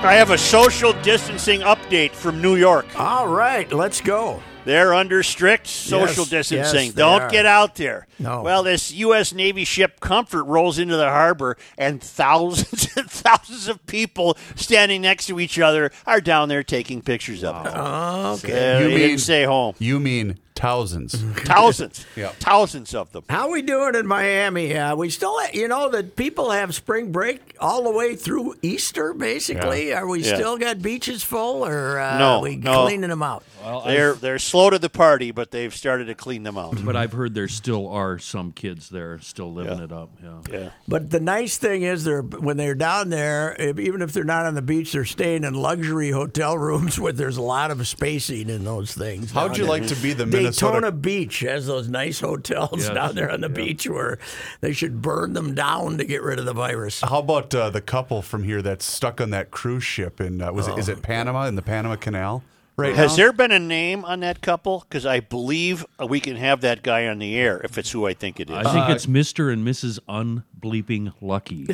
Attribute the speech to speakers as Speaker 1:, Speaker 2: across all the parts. Speaker 1: I have a social distancing update from New York.
Speaker 2: All right, let's go.
Speaker 1: They're under strict social
Speaker 2: Yes, yes,
Speaker 1: distancing.
Speaker 2: they
Speaker 1: Don't
Speaker 2: are.
Speaker 1: get out there.
Speaker 2: No.
Speaker 1: Well, this U.S. Navy ship Comfort rolls into the harbor, and thousands and thousands of people standing next to each other are down there taking pictures of it.
Speaker 2: Okay.
Speaker 1: Uh,
Speaker 3: You
Speaker 1: they didn't
Speaker 3: mean-
Speaker 1: say home.
Speaker 3: You mean thousands.
Speaker 1: Thousands.
Speaker 3: Yeah.
Speaker 1: Thousands of them.
Speaker 2: How we doing in Miami? Uh, we still, you know, that people have spring break all the way through Easter, basically. Are we
Speaker 1: Yeah.
Speaker 2: still got beaches full, or uh,
Speaker 1: No,
Speaker 2: are we
Speaker 1: no.
Speaker 2: cleaning them out?
Speaker 4: Well,
Speaker 1: They're
Speaker 4: I've-
Speaker 1: they're slow to the party, but they've started to clean them out.
Speaker 4: but I've heard there still are some kids there still living it up. Yeah.
Speaker 1: Yeah.
Speaker 2: But the nice thing is, they're when they're down there, if, even if they're not on the beach, they're staying in luxury hotel rooms where there's a lot of spacing in those things.
Speaker 3: How'd
Speaker 2: down
Speaker 3: you
Speaker 2: there.
Speaker 3: like to be the
Speaker 2: Daytona
Speaker 3: Minnesota?
Speaker 2: Beach has those nice hotels
Speaker 4: Yes,
Speaker 2: down there on the
Speaker 4: yeah.
Speaker 2: beach where they should burn them down to get rid of the virus.
Speaker 3: How about uh, the couple from here that's stuck on that cruise ship in uh, was it is it Panama in the Panama Canal? Right.
Speaker 1: Has
Speaker 3: now?
Speaker 1: there been a name on that couple? Because I believe we can have that guy on the air if it's who I think it is.
Speaker 4: I think it's Mr. and Mrs. Unbleeping Lucky.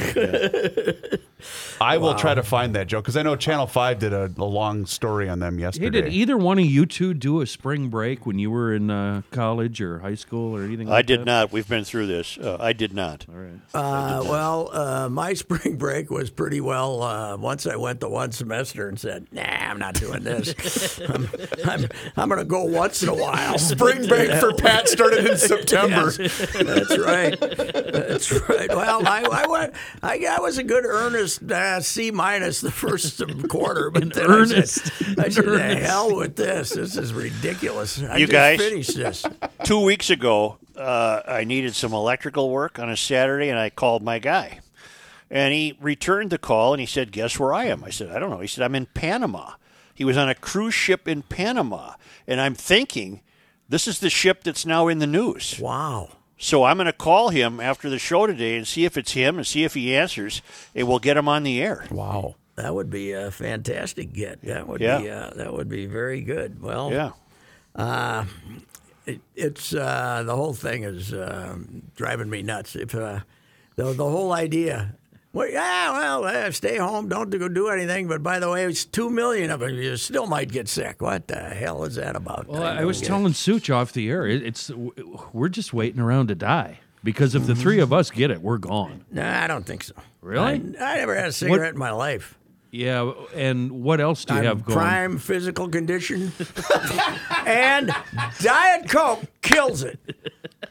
Speaker 3: I will try to find that Joe because I know Channel Five did a, a long story on them
Speaker 4: hey,
Speaker 3: yesterday.
Speaker 4: did either one of you two do a spring break when you were in uh, college or high school or anything?
Speaker 1: I
Speaker 4: like
Speaker 1: did
Speaker 4: that?
Speaker 1: not. We've been through this. Uh, I did not.
Speaker 4: All right.
Speaker 2: Uh, well, uh, my spring break was pretty well. Uh, once I went the one semester and said, "Nah, I'm not doing this. I'm, I'm, I'm going to go once in a while."
Speaker 3: Spring break for Pat started in September.
Speaker 2: That's right. That's right. Well, I I, went, I, I was a good earnest uh, C minus the first quarter, but then
Speaker 4: earnest.
Speaker 2: I said, I said "The hell with this. This is ridiculous. I
Speaker 1: You
Speaker 2: just
Speaker 1: guys-
Speaker 2: finished this.
Speaker 1: Two weeks ago, uh, I needed some electrical work on a Saturday, and I called my guy. And he returned the call and he said, Guess where I am? I said, I don't know. He said, I'm in Panama. He was on a cruise ship in Panama. And I'm thinking, this is the ship that's now in the news.
Speaker 2: Wow.
Speaker 1: So I'm going to call him after the show today and see if it's him and see if he answers, and we'll get him on the air.
Speaker 2: Wow. That would be a fantastic get. That would be
Speaker 1: Yeah.
Speaker 2: uh, that would be very good. Well,
Speaker 1: Yeah.
Speaker 2: it, it's uh, the whole thing is um driving me nuts. If uh, the the whole idea. Well, yeah, well, eh, stay home. Don't go do anything. But by the way, it's two million of them. You still might get sick. What the hell is that about?
Speaker 4: Well, I
Speaker 2: don't
Speaker 4: was
Speaker 2: get it.
Speaker 4: telling Such off the air, it, it's we're just waiting around to die because if the three of us get it, we're gone.
Speaker 2: No, I don't think so.
Speaker 4: Really?
Speaker 2: I, I never had a cigarette in my life.
Speaker 4: Yeah. And what else do you
Speaker 2: I'm
Speaker 4: have going?
Speaker 2: prime physical condition, and Diet Coke kills it.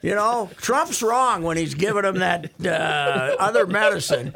Speaker 2: You know, Trump's wrong when he's giving him that uh, other medicine.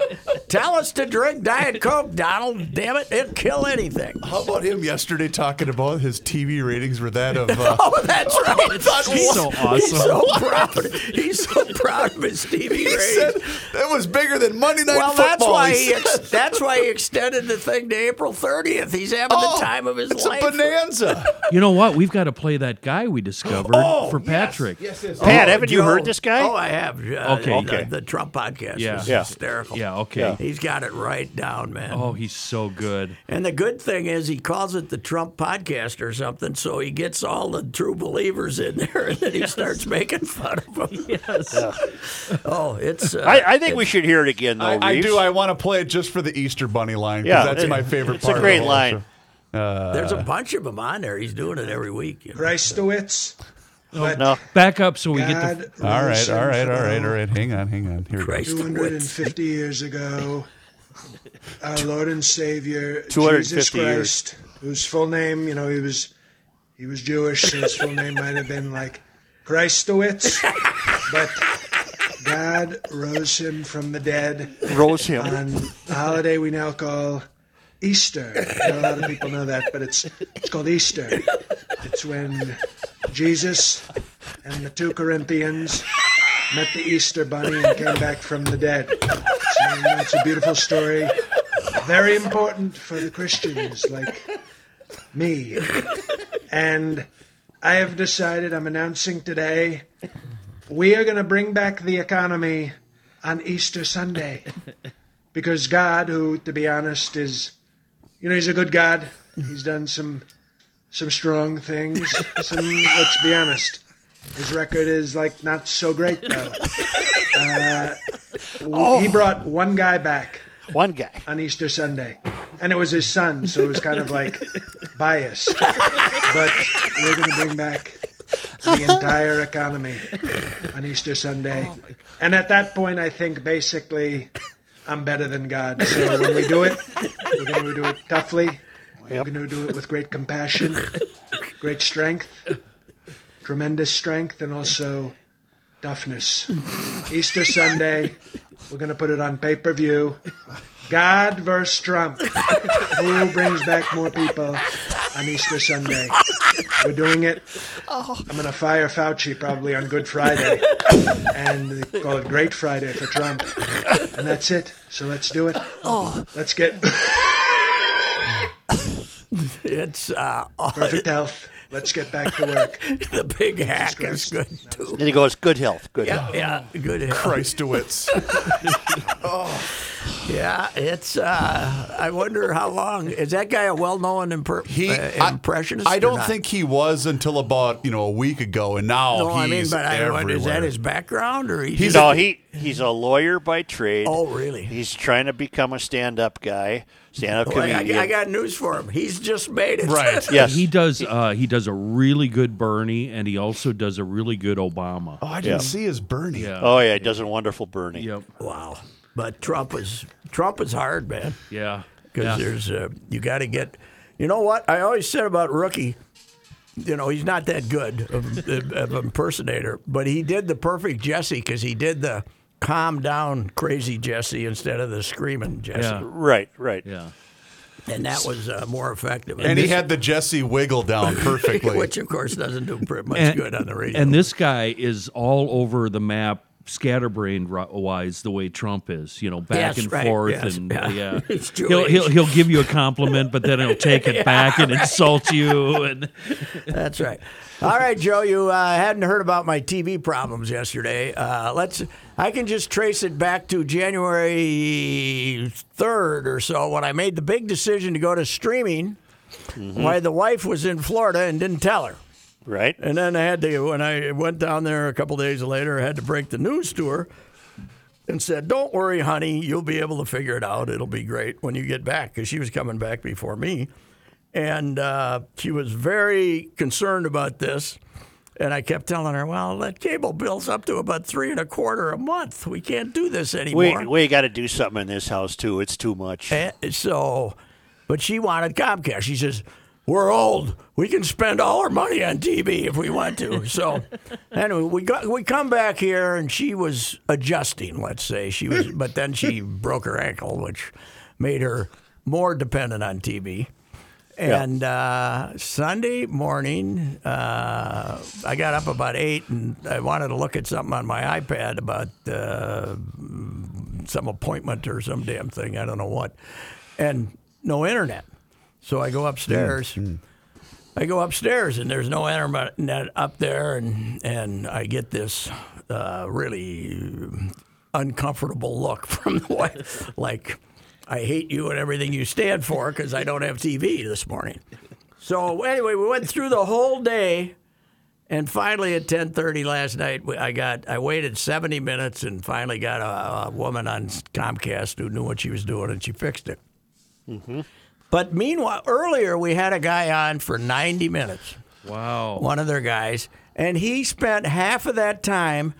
Speaker 2: Tell us to drink Diet Coke, Donald. Damn it, it'll kill anything.
Speaker 3: How about him yesterday talking about his TV ratings were that of uh,
Speaker 2: Oh, that's right.
Speaker 4: He's so
Speaker 2: He's
Speaker 4: awesome.
Speaker 2: so proud. He's so proud of his TV
Speaker 3: He
Speaker 2: ratings.
Speaker 3: said that was bigger than Monday Night
Speaker 2: well,
Speaker 3: Football.
Speaker 2: that's why
Speaker 3: he
Speaker 2: he
Speaker 3: said.
Speaker 2: ex- that's why he extended the thing to April 30th. He's having
Speaker 3: Oh,
Speaker 2: the time of his
Speaker 3: it's
Speaker 2: life.
Speaker 3: a bonanza.
Speaker 4: You know what? We've got to play that guy we discovered for Patrick.
Speaker 1: Pat,
Speaker 2: Oh,
Speaker 1: haven't you
Speaker 2: Joe.
Speaker 1: heard this guy?
Speaker 2: Oh, I have. Uh,
Speaker 4: Okay.
Speaker 2: The,
Speaker 1: Okay.
Speaker 2: the Trump podcast
Speaker 4: Yeah.
Speaker 2: is
Speaker 4: Yeah.
Speaker 2: hysterical.
Speaker 4: Yeah. Okay.
Speaker 2: He's got it right down, man.
Speaker 4: Oh, he's so good.
Speaker 2: And the good thing is he calls it the Trump podcast or something, so he gets all the true believers in there, and then he starts making fun of them. Yes. oh, it's. Uh,
Speaker 1: I, I think we should hear it again, though.
Speaker 3: I, I
Speaker 1: Reeves.
Speaker 3: do. I want to play it just for the Easter Bunny line because
Speaker 1: Yeah,
Speaker 3: that's
Speaker 1: it-
Speaker 3: my favorite
Speaker 1: it's a
Speaker 3: part. of the
Speaker 1: great
Speaker 3: whole
Speaker 1: line.
Speaker 3: show.
Speaker 2: there's a bunch of them on there. He's doing it every week. You know.
Speaker 5: Reistowitz. Let
Speaker 1: No.
Speaker 4: Back up so we get the.
Speaker 5: God
Speaker 3: All right,
Speaker 5: listen
Speaker 3: all right, all right,
Speaker 5: from
Speaker 3: all right. Hang on, hang on. Here we go.
Speaker 2: Christ.
Speaker 5: 250 years ago, our Lord and Savior
Speaker 1: 250
Speaker 5: Jesus
Speaker 1: years.
Speaker 5: Christ, whose full name, you know, he was he was Jewish, so his full name might have been like Christowitz, but God rose him from the dead
Speaker 1: Rose him.
Speaker 5: on a holiday we now call Easter. Not a lot of people know that, but it's it's called Easter. It's when Jesus and the two Corinthians met the Easter bunny and came back from the dead. So you know, it's a beautiful story. Very important for the Christians like me. And I have decided I'm announcing today we are going to bring back the economy on Easter Sunday because God, who to be honest is, you know, he's a good God. He's done some some strong things. Some let's be honest, his record is like not so great though. Uh, He brought one guy back
Speaker 1: One guy.
Speaker 5: on Easter Sunday, and it was his son, so it was kind of like biased. But we're going to bring back the entire economy on Easter Sunday, and at that point, I think basically I'm better than God. So when we do it, we're going to do it toughly. We're going to do it with great compassion, great strength, tremendous strength, and also toughness. Easter Sunday, we're going to put it on pay per view. God versus Trump. Who brings back more people on Easter Sunday? We're doing it. I'm going to fire Fauci probably on Good Friday and they call it Great Friday for Trump. And that's it. So let's do it. Let's get
Speaker 2: It's uh,
Speaker 5: perfect health. Let's get back to work.
Speaker 2: the big hack is good too.
Speaker 1: And he goes, good health, good health.
Speaker 2: Yeah, good. hack.
Speaker 3: Christ DeWitts.
Speaker 2: Yeah, it's. Uh, I wonder how long is that guy a well-known impre-
Speaker 3: He,
Speaker 2: uh, impressionist?
Speaker 3: I, I
Speaker 2: or
Speaker 3: don't
Speaker 2: not?
Speaker 3: think he was until about you know a week ago, and now
Speaker 2: No,
Speaker 3: he's
Speaker 2: I mean, but I
Speaker 3: everywhere.
Speaker 2: wonder, is that his background or he
Speaker 1: He's
Speaker 2: just-
Speaker 1: no, he he's a lawyer by trade.
Speaker 2: Oh, really?
Speaker 1: He's trying to become a stand-up guy, stand-up
Speaker 2: Boy, Oh, I,
Speaker 1: comedian.
Speaker 2: I got news for him. He's just made it.
Speaker 3: Right.
Speaker 1: yes,
Speaker 4: He does. Uh, he does a really good Bernie, and he also does a really good Obama.
Speaker 3: Oh, I didn't
Speaker 1: Yeah.
Speaker 3: see his Bernie.
Speaker 4: Yeah.
Speaker 1: Oh yeah, he does a wonderful Bernie.
Speaker 4: Yep.
Speaker 2: wow. But Trump is Trump is hard, man.
Speaker 4: Yeah.
Speaker 2: Because
Speaker 4: Yeah.
Speaker 2: there's uh, you got to get. You know what I always said about rookie. You know he's not that good of, of, of impersonator, but he did the perfect Jesse because he did the calm down crazy Jesse instead of the screaming Jesse,
Speaker 4: Yeah.
Speaker 1: Right, right.
Speaker 4: Yeah.
Speaker 2: and that was uh, more effective.
Speaker 3: And he had the Jesse wiggle down perfectly.
Speaker 2: which of course doesn't do pretty much good on the radio.
Speaker 4: And this guy is all over the map, scatterbrained ri- wise, the way Trump is. You know,
Speaker 2: Yes,
Speaker 4: back and
Speaker 2: right,
Speaker 4: forth,
Speaker 2: yes,
Speaker 4: and
Speaker 2: yeah.
Speaker 4: yeah,
Speaker 2: He's
Speaker 4: he'll, he'll
Speaker 2: Jewish.
Speaker 4: he'll give you a compliment, but then he'll take it back and insult you. And
Speaker 2: That's right. All right, Joe, you uh, hadn't heard about my TV problems yesterday. Uh, let's. I can just trace it back to January third or so when I made the big decision to go to streaming. Why the wife was in Florida and didn't tell her,
Speaker 1: Right?
Speaker 2: and then I had to when I went down there a couple days later, I had to break the news to her and said, "Don't worry, honey, you'll be able to figure it out. It'll be great when you get back," because she was coming back before me, and uh, she was very concerned about this. And I kept telling her, "Well, that cable bill's up to about three and a quarter a month. We can't do this anymore."
Speaker 1: We we got to do something in this house too. It's too much.
Speaker 2: And so, but she wanted Comcast. She says, "We're old. We can spend all our money on TV if we want to." So, anyway, we got we come back here, and she was adjusting. Let's say she was, but then she broke her ankle, which made her more dependent on TV. And uh, Sunday morning, uh, I got up about eight, and I wanted to look at something on my iPad about uh, some appointment or some damn thing. I don't know what. And no internet. So I go upstairs. I go upstairs and there's no internet up there, and and I get this uh, really uncomfortable look from the wife, like I hate you and everything you stand for because I don't have TV this morning. So anyway, we went through the whole day, and finally at ten thirty last night, we- I got I waited seventy minutes and finally got a, a woman on Comcast who knew what she was doing and she fixed it. But meanwhile, earlier we had a guy on for ninety minutes
Speaker 4: wow,
Speaker 2: one of their guys, and he spent half of that time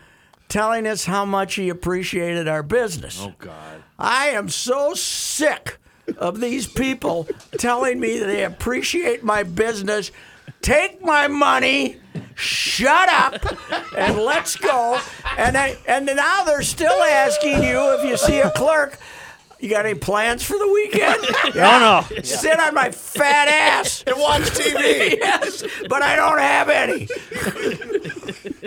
Speaker 2: telling us how much he appreciated our business.
Speaker 4: oh God,
Speaker 2: I am so sick of these people telling me that they appreciate my business. Take my money, shut up, and let's go. And I, and now they're still asking you if you see a clerk, you got any plans for the weekend?
Speaker 1: No, no.
Speaker 2: Sit on my fat ass and watch TV. yes, but I don't have any.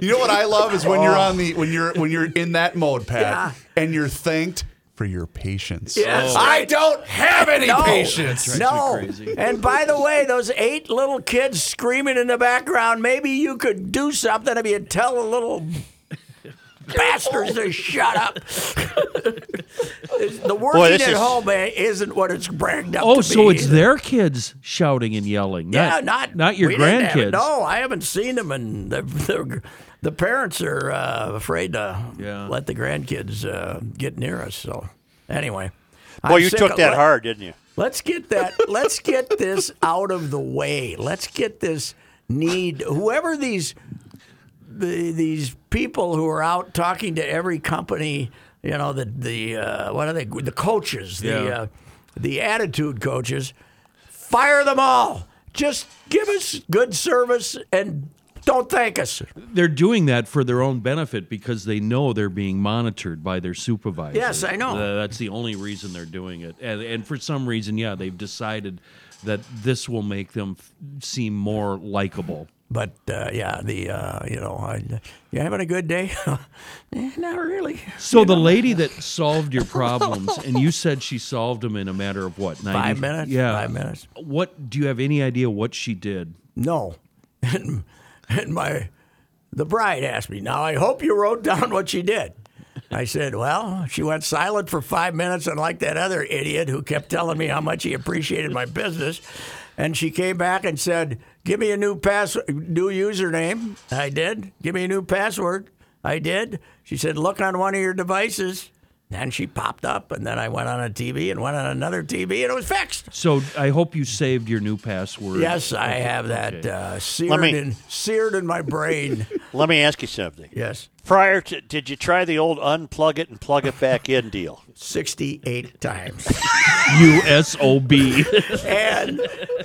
Speaker 3: You know what I love is when you're
Speaker 2: Oh.
Speaker 3: on the when you're when you're in that mode, Pat, and you're thanked for your patience. Oh,
Speaker 2: Yes.
Speaker 3: I don't have any
Speaker 2: No.
Speaker 3: patience.
Speaker 2: No.
Speaker 4: crazy.
Speaker 2: And by the way, those eight little kids screaming in the background, maybe you could do something if you tell the little bastards to shut up. the working
Speaker 1: this
Speaker 2: at
Speaker 1: is-
Speaker 2: home eh, isn't what it's bragged up to
Speaker 4: oh, so
Speaker 2: be
Speaker 4: it's
Speaker 2: either.
Speaker 4: their kids shouting and yelling,
Speaker 2: Yeah,
Speaker 4: not
Speaker 2: not
Speaker 4: not your
Speaker 2: we didn't have-
Speaker 4: grandkids.
Speaker 2: No, I haven't seen them, and the the, the parents are uh, afraid to
Speaker 4: Yeah.
Speaker 2: let the grandkids uh, get near us. So anyway,
Speaker 1: Boy,
Speaker 2: I'm
Speaker 1: you
Speaker 2: sick
Speaker 1: took
Speaker 2: of
Speaker 1: that
Speaker 2: it.
Speaker 1: hard, didn't you?
Speaker 2: Let's get that. let's get this out of the way. Let's get this need. Whoever these the, these people who are out talking to every company, you know the the uh, what are they? The coaches, the
Speaker 4: Yeah.
Speaker 2: uh, the attitude coaches. Fire them all. Just give us good service and don't thank us.
Speaker 4: They're doing that for their own benefit because they know they're being monitored by their supervisor.
Speaker 2: Yes, I know.
Speaker 4: Uh, that's the only reason they're doing it. And, and for some reason, yeah, they've decided that this will make them f- seem more likable.
Speaker 2: But uh, yeah, the uh, you know, I, you having a good day? Eh, Not really.
Speaker 4: So the lady that solved your problems, and you said she solved them in a matter of what? 90,
Speaker 2: Five minutes?
Speaker 4: Yeah.
Speaker 2: Five minutes.
Speaker 4: What do you have any idea what she did?
Speaker 2: No. And, and my the bride asked me, "Now I hope you wrote down what she did." I said, "Well, she went silent for 5 minutes unlike that other idiot who kept telling me how much he appreciated my business." And she came back and said, "Give me a new pass new username." I did. "Give me a new password." I did. She said, "Look on one of your devices." And she popped up, and then I went on a TV and went on another TV, and it was fixed.
Speaker 4: So I hope you saved your new password.
Speaker 2: Yes, I have that uh, seared
Speaker 1: me-
Speaker 2: in seared in my brain.
Speaker 1: Let me ask you something.
Speaker 2: yes,
Speaker 1: Prior to, did you try the old unplug it and plug it back in deal?
Speaker 2: sixty-eight times.
Speaker 4: USOB.
Speaker 2: and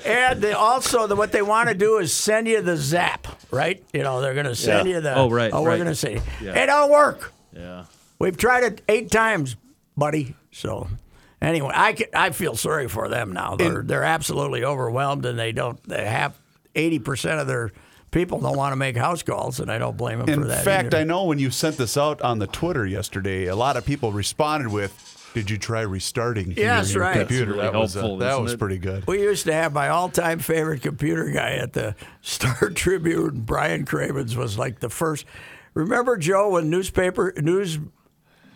Speaker 2: and they also the, what they want to do is send you the zap, right? You know, they're going to send
Speaker 1: Yeah.
Speaker 2: you the
Speaker 4: Oh, right,
Speaker 2: Oh, we're
Speaker 4: right.
Speaker 2: going to see.
Speaker 4: Yeah.
Speaker 2: It don't work.
Speaker 4: yeah.
Speaker 2: We've tried it eight times, buddy. So. Anyway, I, ca- I feel sorry for them now. They're, they're absolutely overwhelmed, and they don't. They have eighty percent of their people don't want to make house calls, and I don't blame them for
Speaker 3: In
Speaker 2: that.
Speaker 3: fact,
Speaker 2: either.
Speaker 3: I know when you sent this out on the Twitter yesterday, a lot of people responded with. Did you try restarting your-
Speaker 2: Yes,
Speaker 3: your
Speaker 2: right. That's
Speaker 3: computer?
Speaker 4: really
Speaker 3: that was, uh,
Speaker 4: helpful,
Speaker 3: that
Speaker 4: isn't
Speaker 3: was
Speaker 4: it?
Speaker 3: pretty good.
Speaker 2: We used to have my all-time favorite computer guy at the Star Tribune. Brian Cravens was like the first. Remember Joe when newspaper news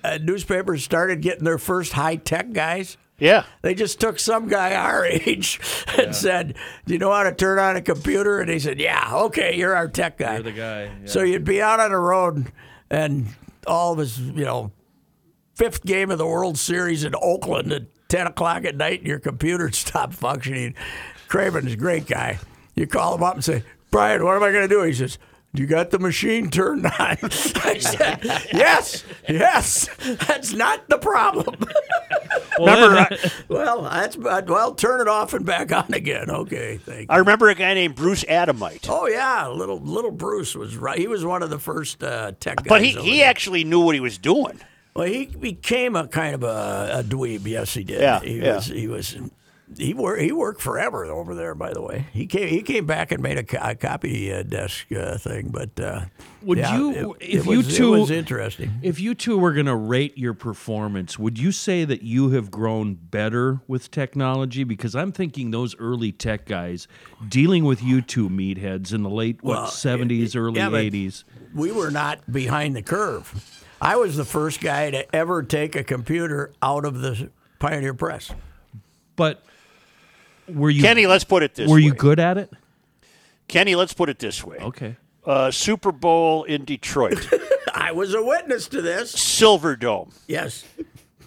Speaker 2: uh, newspapers started getting their first high-tech guys?
Speaker 1: Yeah.
Speaker 2: They just took some guy our age and said, "Do you know how to turn on a computer?" And he said, "Yeah, okay, you're our tech guy."
Speaker 4: You're the guy. Yeah.
Speaker 2: So you'd be out on the road, and all of his, you know, fifth game of the World Series in Oakland at 10 o'clock at night, and your computer stopped functioning. Craven's a great guy. You call him up and say, Brian, what am I going to do? He says, you got the machine turned on. I said, yes, yes, that's not the problem.
Speaker 1: Remember, I,
Speaker 2: well, that's but well, turn it off and back on again. Okay, thank you.
Speaker 1: I remember a guy named Bruce Adamite.
Speaker 2: Oh yeah, little little Bruce was right. He was one of the first uh, tech guys.
Speaker 1: But he,
Speaker 2: over
Speaker 1: he
Speaker 2: there.
Speaker 1: actually knew what he was doing.
Speaker 2: Well, he became a kind of a, a dweeb. Yes, he did.
Speaker 1: Yeah,
Speaker 2: he
Speaker 1: yeah.
Speaker 2: was. He was. He worked. He worked forever over there. By the way, he came. He came back and made a, co- a copy uh, desk uh, thing. But uh,
Speaker 4: Would
Speaker 2: yeah,
Speaker 4: you-
Speaker 2: it-
Speaker 4: if
Speaker 2: it
Speaker 4: you
Speaker 2: was-
Speaker 4: two-
Speaker 2: it was interesting.
Speaker 4: If you two were going to rate your performance, would you say that you have grown better with technology? Because I'm thinking those early tech guys dealing with you two meatheads in the late what
Speaker 2: Well,
Speaker 4: 70s, early
Speaker 2: yeah, but-
Speaker 4: 80s.
Speaker 2: We were not behind the curve. I was the first guy to ever take a computer out of the Pioneer Press.
Speaker 4: But were you
Speaker 1: Kenny, let's put it this
Speaker 4: were
Speaker 1: way.
Speaker 4: you good at it?
Speaker 1: Kenny, let's put it this way.
Speaker 4: Okay.
Speaker 1: Uh, Super Bowl in Detroit,
Speaker 2: I was a witness to this.
Speaker 1: Silverdome.
Speaker 2: Yes.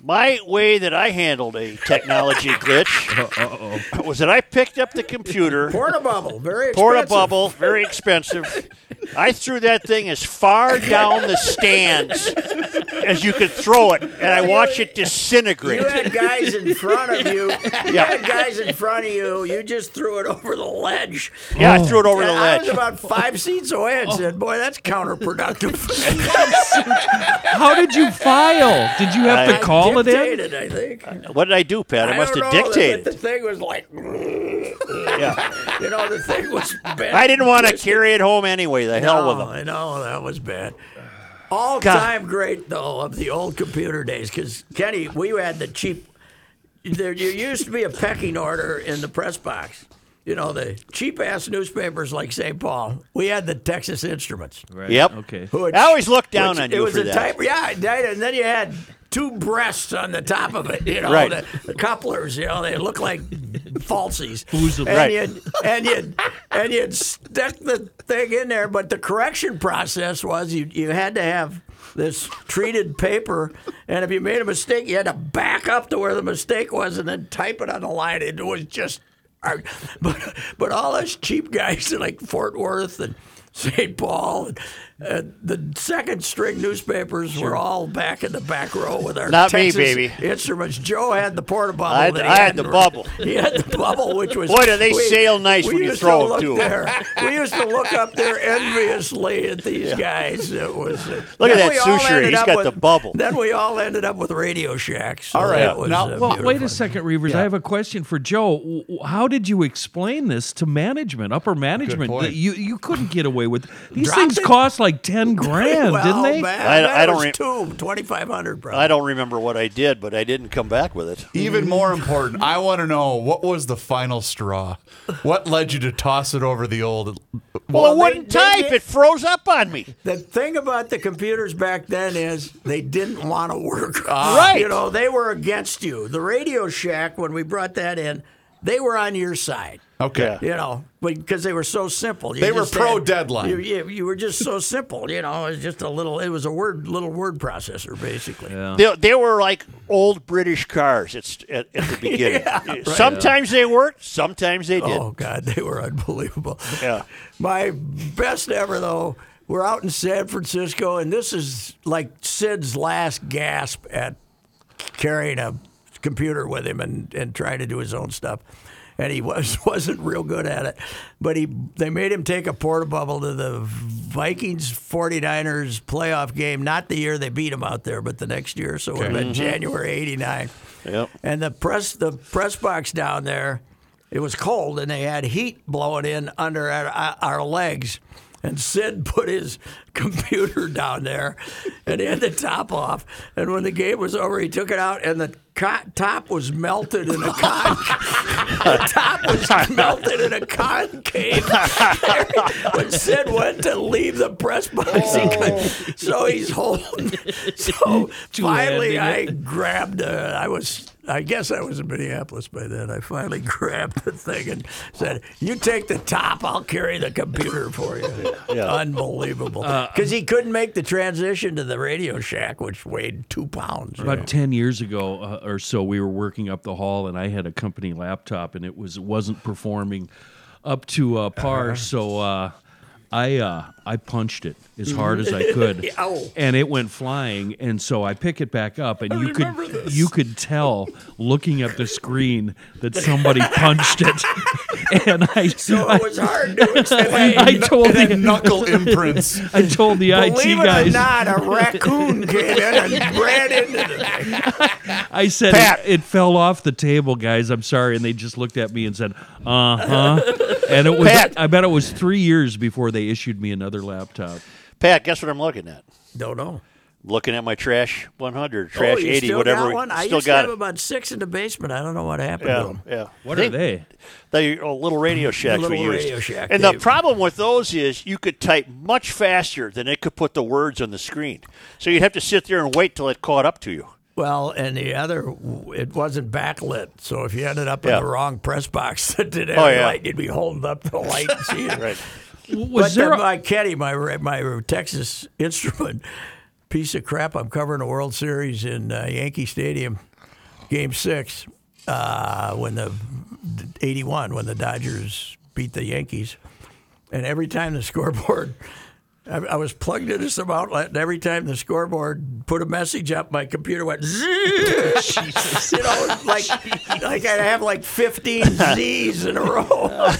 Speaker 1: My way that I handled a technology glitch was that I picked up the computer.
Speaker 2: Porta bubble, very expensive.
Speaker 1: Porta bubble, very expensive. I threw that thing as far down the stands as you could throw it, and I watched it disintegrate.
Speaker 2: You had guys in front of you. You
Speaker 1: Yeah.
Speaker 2: had guys in front of you. You just threw it over the ledge.
Speaker 1: Yeah, I threw it over the
Speaker 2: And Oh. I was
Speaker 1: ledge.
Speaker 2: about five seats away and said, "Boy, that's counterproductive."
Speaker 4: How did you file? Did you have
Speaker 1: I
Speaker 4: to call it in?
Speaker 2: Dictated, I think. I
Speaker 1: What did I do, Pat? I, must
Speaker 2: don't
Speaker 1: have
Speaker 2: know, but
Speaker 1: dictated.
Speaker 2: The thing was like,
Speaker 1: Yeah.
Speaker 2: you know, the thing was bad.
Speaker 1: I didn't want to carry it home anyway. The hell with
Speaker 2: No,
Speaker 1: them.
Speaker 2: Oh, I know that was bad. All time great though of the old computer days because Kenny, we had the cheap. There, you used to be a pecking order in the press box. You know the cheap ass newspapers like St. Paul. We had the Texas Instruments.
Speaker 4: Right.
Speaker 1: Yep.
Speaker 4: Okay.
Speaker 2: who had-
Speaker 1: I always look down
Speaker 2: which-
Speaker 1: on
Speaker 2: It
Speaker 1: you
Speaker 2: was
Speaker 1: for
Speaker 2: a
Speaker 1: that.
Speaker 2: type, yeah, it did, and then you had two breasts on the top of it. You know,
Speaker 1: Right.
Speaker 2: the, the couplers. You know, they look like falsies.
Speaker 4: Who's the-
Speaker 2: and
Speaker 1: Right.
Speaker 2: You'd, and you and you'd stick the thing in there, but the correction process was you you had to have this treated paper, and if you made a mistake, you had to back up to where the mistake was and then type it on the line. It was just, ar- but but all us cheap guys in like Fort Worth and St. Paul, and, uh, the second string newspapers were all back in the back row with our
Speaker 1: Not me,
Speaker 2: Texas
Speaker 1: baby.
Speaker 2: instruments. Joe had the porta bubble.
Speaker 1: I had-
Speaker 2: that he
Speaker 1: I had the
Speaker 2: in-
Speaker 1: bubble.
Speaker 2: He had the bubble, which was
Speaker 1: Boy, do they sail nice
Speaker 2: we
Speaker 1: when you
Speaker 2: used
Speaker 1: throw 'em
Speaker 2: look
Speaker 1: to 'em.
Speaker 2: there. We used to look up there enviously at these guys. It was uh,
Speaker 1: Look at
Speaker 2: Then
Speaker 1: that
Speaker 2: we all
Speaker 1: sushi.
Speaker 2: ended
Speaker 1: He's
Speaker 2: up
Speaker 1: got
Speaker 2: with-
Speaker 1: the bubble.
Speaker 2: Then we all ended up with Radio Shack. So
Speaker 3: All right.
Speaker 2: that was,
Speaker 3: Now-
Speaker 2: uh,
Speaker 3: well,
Speaker 4: Well, wait
Speaker 2: beautiful.
Speaker 4: a second, Reavers. I have a question for Joe. W- w- How did you explain this to management, upper management?
Speaker 3: point.
Speaker 4: that You you couldn't get away with these
Speaker 2: Dropped
Speaker 4: things.
Speaker 2: it?
Speaker 4: Cost like ten grand,
Speaker 2: well,
Speaker 4: didn't they?
Speaker 2: Man,
Speaker 1: I-
Speaker 2: that
Speaker 1: I don't
Speaker 2: was
Speaker 1: re-
Speaker 2: two twenty five hundred, bro.
Speaker 1: I don't remember what I did, but I didn't come back with it.
Speaker 3: Even more important, I want to know what was the final straw? What led you to toss it over the old?
Speaker 1: Well, it
Speaker 2: they-
Speaker 1: wouldn't
Speaker 2: they
Speaker 1: type.
Speaker 2: did-
Speaker 1: It froze up on me.
Speaker 2: The thing about the computers back then is they didn't want to work.
Speaker 1: Right.
Speaker 2: You know, they were against you. The Radio Shack, when we brought that in, they were on your side.
Speaker 3: Okay.
Speaker 2: You know, because they were so simple. You
Speaker 3: They were
Speaker 2: just
Speaker 3: pro deadline.
Speaker 2: You, you, you were just so simple. You know, it was just a little. It was a word, little word processor, basically.
Speaker 1: They, they were like old British cars at, at, at the beginning. sometimes they worked, sometimes they didn't.
Speaker 2: Oh God, they were unbelievable.
Speaker 1: Yeah.
Speaker 2: My best ever though. We're out in San Francisco, and this is like Sid's last gasp at carrying a computer with him and, and trying to do his own stuff. And he was wasn't real good at it. But he they made him take a porta bubble to the Vikings 49ers playoff game, not the year they beat him out there, but the next year. So we're in January eighty nine.
Speaker 1: Yep.
Speaker 2: And the press the press box down there, it was cold and they had heat blowing in under our, our legs. And Sid put his computer down there and he had the top off. And when the game was over, he took it out and the co- top was melted in a con. the top was melted in a concave. when Sid went to leave the press box, he could, so he's holding. So finally,
Speaker 4: handed it.
Speaker 2: I I grabbed. Uh, I was. I guess I was in Minneapolis by then. I finally grabbed the thing and said, "You take the top. I'll carry the computer for you." Unbelievable.
Speaker 4: Uh,
Speaker 2: Because he couldn't make the transition to the Radio Shack, which weighed two pounds.
Speaker 4: About ten years ago uh, or so, we were working up the hall, and I had a company laptop, and it was wasn't performing up to uh, par. So uh, I uh, I punched it as hard as I could,
Speaker 2: Ow.
Speaker 4: and it went flying. And so I pick it back up, and you could you could tell looking at the screen that somebody punched it, and I
Speaker 2: So it was hard to explain.
Speaker 4: I told
Speaker 3: And then
Speaker 4: the
Speaker 3: knuckle imprints.
Speaker 4: I told the IT
Speaker 2: Believe it or
Speaker 4: guys.
Speaker 2: not, a raccoon came in and ran into the thing.
Speaker 4: I said
Speaker 1: Pat.
Speaker 4: it, it fell off the table, guys. I'm sorry, and they just looked at me and said, "Uh huh." And it was.
Speaker 1: Pat.
Speaker 4: I bet it was three years before they issued me another laptop.
Speaker 1: Pat, guess what I'm looking at?
Speaker 2: Don't know.
Speaker 1: Looking at my trash 100, trash
Speaker 2: oh, you
Speaker 1: 80,
Speaker 2: still
Speaker 1: whatever.
Speaker 2: Got one? I
Speaker 1: Still
Speaker 2: used to
Speaker 1: got
Speaker 2: have
Speaker 1: it.
Speaker 2: about six in the basement. I don't know what happened to
Speaker 1: Yeah,
Speaker 2: them.
Speaker 1: yeah.
Speaker 4: What
Speaker 1: They-
Speaker 4: are they?
Speaker 1: They are little radio shacks we
Speaker 2: Little
Speaker 1: used.
Speaker 2: Radio Shack,
Speaker 1: and the
Speaker 2: Dave.
Speaker 1: problem with those is you could type much faster than it could put the words on the screen. So you'd have to sit there and wait till it caught up to you.
Speaker 2: Well, and the other, it wasn't backlit, so if you ended up in
Speaker 1: Yeah.
Speaker 2: the wrong press box that didn't
Speaker 1: Oh,
Speaker 2: have
Speaker 1: yeah.
Speaker 2: light, you'd be holding up the light and seeing. it.
Speaker 1: Right.
Speaker 4: Was
Speaker 2: But
Speaker 4: there?
Speaker 2: then
Speaker 4: a-
Speaker 2: my caddy, my my Texas instrument, piece of crap. I'm covering the World Series in uh, Yankee Stadium, Game Six, uh, when the '81 when the Dodgers beat the Yankees, and every time the scoreboard. I, I was plugged into some outlet, and every time the scoreboard put a message up, my computer went. Zzzz. you know, like like I'd have like 15 Z's in a row.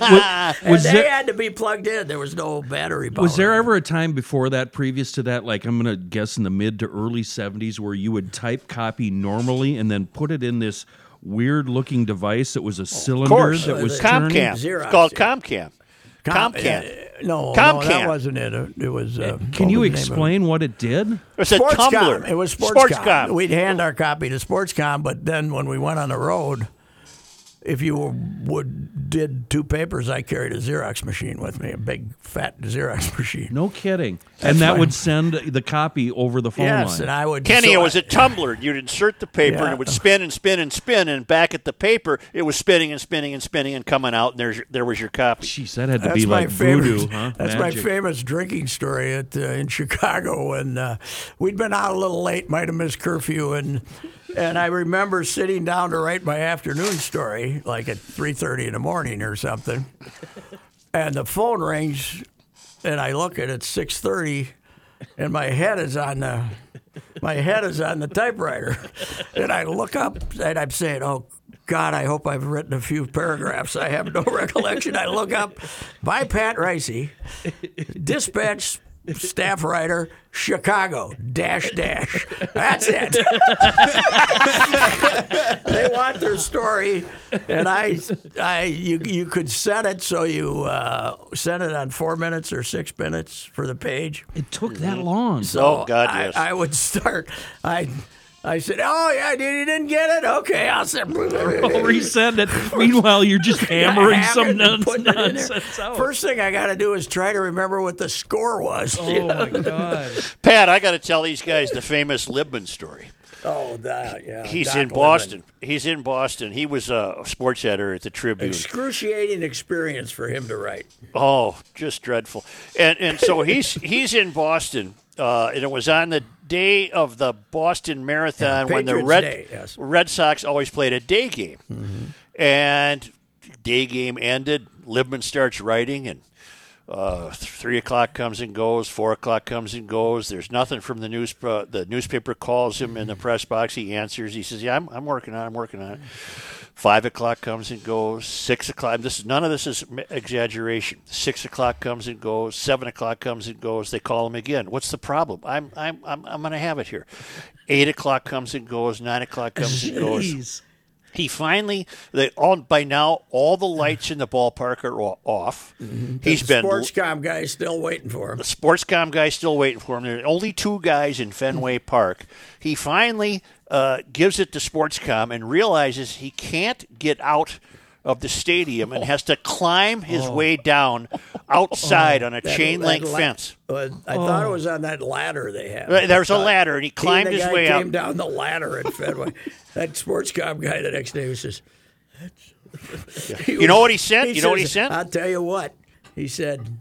Speaker 2: And
Speaker 4: was
Speaker 2: they
Speaker 4: there?
Speaker 2: had to be plugged in. There was no battery power.
Speaker 4: Was there ever a time before that, previous to that, like I'm gonna guess in the mid to early '70s, where you would type copy normally and then put it in this weird-looking device that was a cylinder
Speaker 1: course.
Speaker 4: that was
Speaker 1: Comcam.
Speaker 4: turning?
Speaker 2: Xerox,
Speaker 1: it's called
Speaker 2: yeah.
Speaker 1: Comcam.
Speaker 2: Com-
Speaker 1: Comcam.
Speaker 2: uh, no, no,
Speaker 1: Comcam.
Speaker 2: that wasn't it. Uh, It was. Uh,
Speaker 4: Eh,
Speaker 2: what was the
Speaker 4: Can you
Speaker 2: name of it?
Speaker 4: explain what it did?
Speaker 1: It's a
Speaker 2: Sportscom.
Speaker 1: tumbler.
Speaker 2: It was Sportscom.
Speaker 1: Sportscom.
Speaker 2: We'd hand our copy to Sportscom, but then when we went on the road, if you would did two papers, I carried a Xerox machine with me, a big fat Xerox machine.
Speaker 4: No kidding. and that
Speaker 2: fine.
Speaker 4: would send the copy over the phone
Speaker 2: yes,
Speaker 4: line.
Speaker 2: and I would.
Speaker 1: Kenny,
Speaker 2: so
Speaker 1: it was
Speaker 2: I-
Speaker 1: a tumbler. You'd insert the paper and
Speaker 2: Yeah.
Speaker 1: it would spin and spin and spin, and back at the paper, it was spinning and spinning and spinning and coming out, and there's your, there was your copy.
Speaker 4: Jeez, that had to
Speaker 2: That's
Speaker 4: be
Speaker 2: my
Speaker 4: like
Speaker 2: favorite.
Speaker 4: voodoo, huh?
Speaker 2: That's my
Speaker 4: Magic.
Speaker 2: famous drinking story at uh, in Chicago when uh, we'd been out a little late, might have missed curfew, and and I remember sitting down to write my afternoon story, like at three thirty in the morning or something, and the phone rings, and I look at it six thirty, and my head is on the. My head is on the typewriter, and I look up and I'm saying, "Oh God, I hope I've written a few paragraphs." I have no recollection. I look up by Pat Ricey, dispatch staff writer, Chicago dash dash. That's it. they want their story, and I, I, you, you could set it so you uh, set it on four minutes or six minutes for the page.
Speaker 4: It took that long.
Speaker 1: Oh, God,
Speaker 2: I,
Speaker 1: yes.
Speaker 2: I would start. I I said, "Oh yeah, dude, you didn't get it. Okay, I'll say."
Speaker 4: I'll resend it. Meanwhile, you're just Oh, hammering
Speaker 2: hack it
Speaker 4: some
Speaker 2: and
Speaker 4: nuts,
Speaker 2: putting it in there.
Speaker 4: nonsense Oh, out.
Speaker 2: First thing I got to do is try to remember what the score was.
Speaker 4: oh my god!
Speaker 1: Pat, I got to tell these guys the famous Libman story.
Speaker 2: Oh, that, yeah.
Speaker 1: He's
Speaker 2: Doc
Speaker 1: in
Speaker 2: Lemon.
Speaker 1: Boston. He's in Boston. He was a sports editor at the Tribune.
Speaker 2: Excruciating experience for him to write.
Speaker 1: Oh, just dreadful. And and so he's he's in Boston, uh, and it was on the day of the Boston Marathon
Speaker 2: Yeah,
Speaker 1: when the
Speaker 2: Patriots
Speaker 1: Red
Speaker 2: Day, yes.
Speaker 1: Red Sox always played a day game, and day game ended. Libman starts writing and. Uh, three o'clock comes and goes. Four o'clock comes and goes. There's nothing from the news. Uh, the newspaper calls him in the press box. He answers. He says, "Yeah, I'm, I'm working on. it. I'm working on it." Five o'clock comes and goes. Six o'clock. This is none of this is m- exaggeration. Six o'clock comes and goes. Seven o'clock comes and goes. They call him again. What's the problem? I'm I'm I'm, I'm going to have it here. Eight o'clock comes and goes. Nine o'clock comes and goes
Speaker 4: Jeez.
Speaker 1: he finally they all by now all the lights in the ballpark are o- off.
Speaker 2: Mm-hmm.
Speaker 1: He's been
Speaker 2: Sportscom guy is still waiting for him.
Speaker 1: the sportscom guy still waiting for him. There are only two guys in Fenway
Speaker 2: Mm-hmm.
Speaker 1: Park. He finally uh, gives it to sportscom and realizes he can't get out of the stadium
Speaker 2: Oh.
Speaker 1: and has to climb his way down outside on a chain link
Speaker 2: Oh. That la-
Speaker 1: fence.
Speaker 2: Uh, I thought
Speaker 4: Oh.
Speaker 2: it was on that ladder they have.
Speaker 1: Right, There's a
Speaker 2: Uh,
Speaker 1: ladder and he
Speaker 2: he and
Speaker 1: climbed
Speaker 2: the
Speaker 1: his
Speaker 2: guy
Speaker 1: way
Speaker 2: came
Speaker 1: out.
Speaker 2: down the ladder at Fenway. that Sportscom guy the next day was just.
Speaker 1: You know what he said? You know what he
Speaker 2: says,
Speaker 1: said?
Speaker 2: I'll tell you what. He said,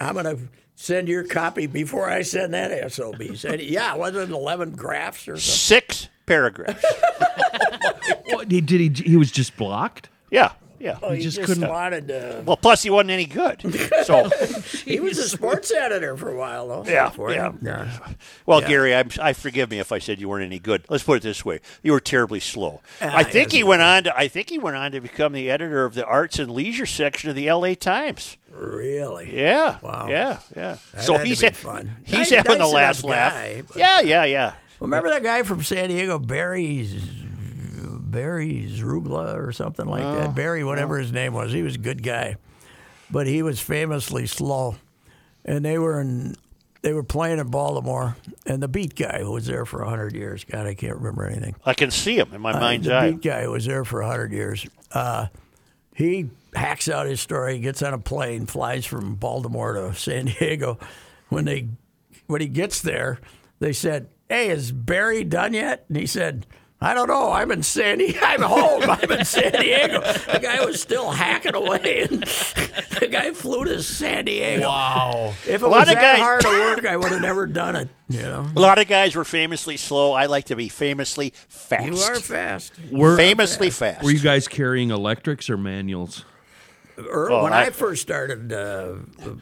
Speaker 2: I'm going to send your copy before I send that SOB. He said, yeah, wasn't it 11 graphs or something?
Speaker 1: Six paragraphs.
Speaker 4: What, he- did he? He was just blocked.
Speaker 1: yeah, yeah.
Speaker 2: He,
Speaker 4: just
Speaker 2: just,
Speaker 4: couldn't-
Speaker 2: wanted to.
Speaker 1: Well, plus he wasn't any good. So.
Speaker 2: He was a sports editor for a while, though.
Speaker 1: Yeah,
Speaker 2: for
Speaker 1: yeah.
Speaker 2: him. yeah.
Speaker 1: Well, Gary, I'm, I forgive me if I said you weren't any good. Let's put it this way: you were terribly slow.
Speaker 2: Ah,
Speaker 1: I think
Speaker 2: yes,
Speaker 1: he went on to. I think he went on to become the editor of the arts and leisure section of the L.A. Times.
Speaker 2: Really?
Speaker 1: Yeah.
Speaker 2: Wow.
Speaker 1: Yeah. Yeah. so
Speaker 2: had to
Speaker 1: he's
Speaker 2: be
Speaker 1: ha-
Speaker 2: fun.
Speaker 1: he's
Speaker 2: Nice-
Speaker 1: having
Speaker 2: nice
Speaker 1: the last
Speaker 2: enough
Speaker 1: laugh.
Speaker 2: guy, but-
Speaker 1: yeah. Yeah. Yeah.
Speaker 2: Remember that guy from San Diego, Barry, Barry Zrubla or something like that? Barry, whatever his name was. He was a good guy, but he was famously slow. And they were in, they were playing in Baltimore, and the beat guy who was there for hundred years. God, I can't remember anything.
Speaker 1: I can see him in my mind's
Speaker 2: Uh, the
Speaker 1: eye.
Speaker 2: beat guy who was there for hundred years. Uh, he hacks out his story, gets on a plane, flies from Baltimore to San Diego. When they when he gets there, they said, "Hey, is Barry done yet?" And he said, "I don't know. I'm in San Diego. I'm home. I'm in San Diego." The guy was still hacking away, and the guy flew to San Diego.
Speaker 3: Wow.
Speaker 2: If it
Speaker 1: lot
Speaker 2: was
Speaker 1: of
Speaker 2: that
Speaker 1: guys-
Speaker 2: hard to work, I would have never done it. You know,
Speaker 1: A lot of guys were famously slow. I like to be famously fast.
Speaker 2: you are fast.
Speaker 4: Were,
Speaker 1: famously fast.
Speaker 4: were you guys carrying electrics or manuals?
Speaker 2: Er-
Speaker 1: Oh,
Speaker 2: when
Speaker 1: I-
Speaker 2: I, first started uh,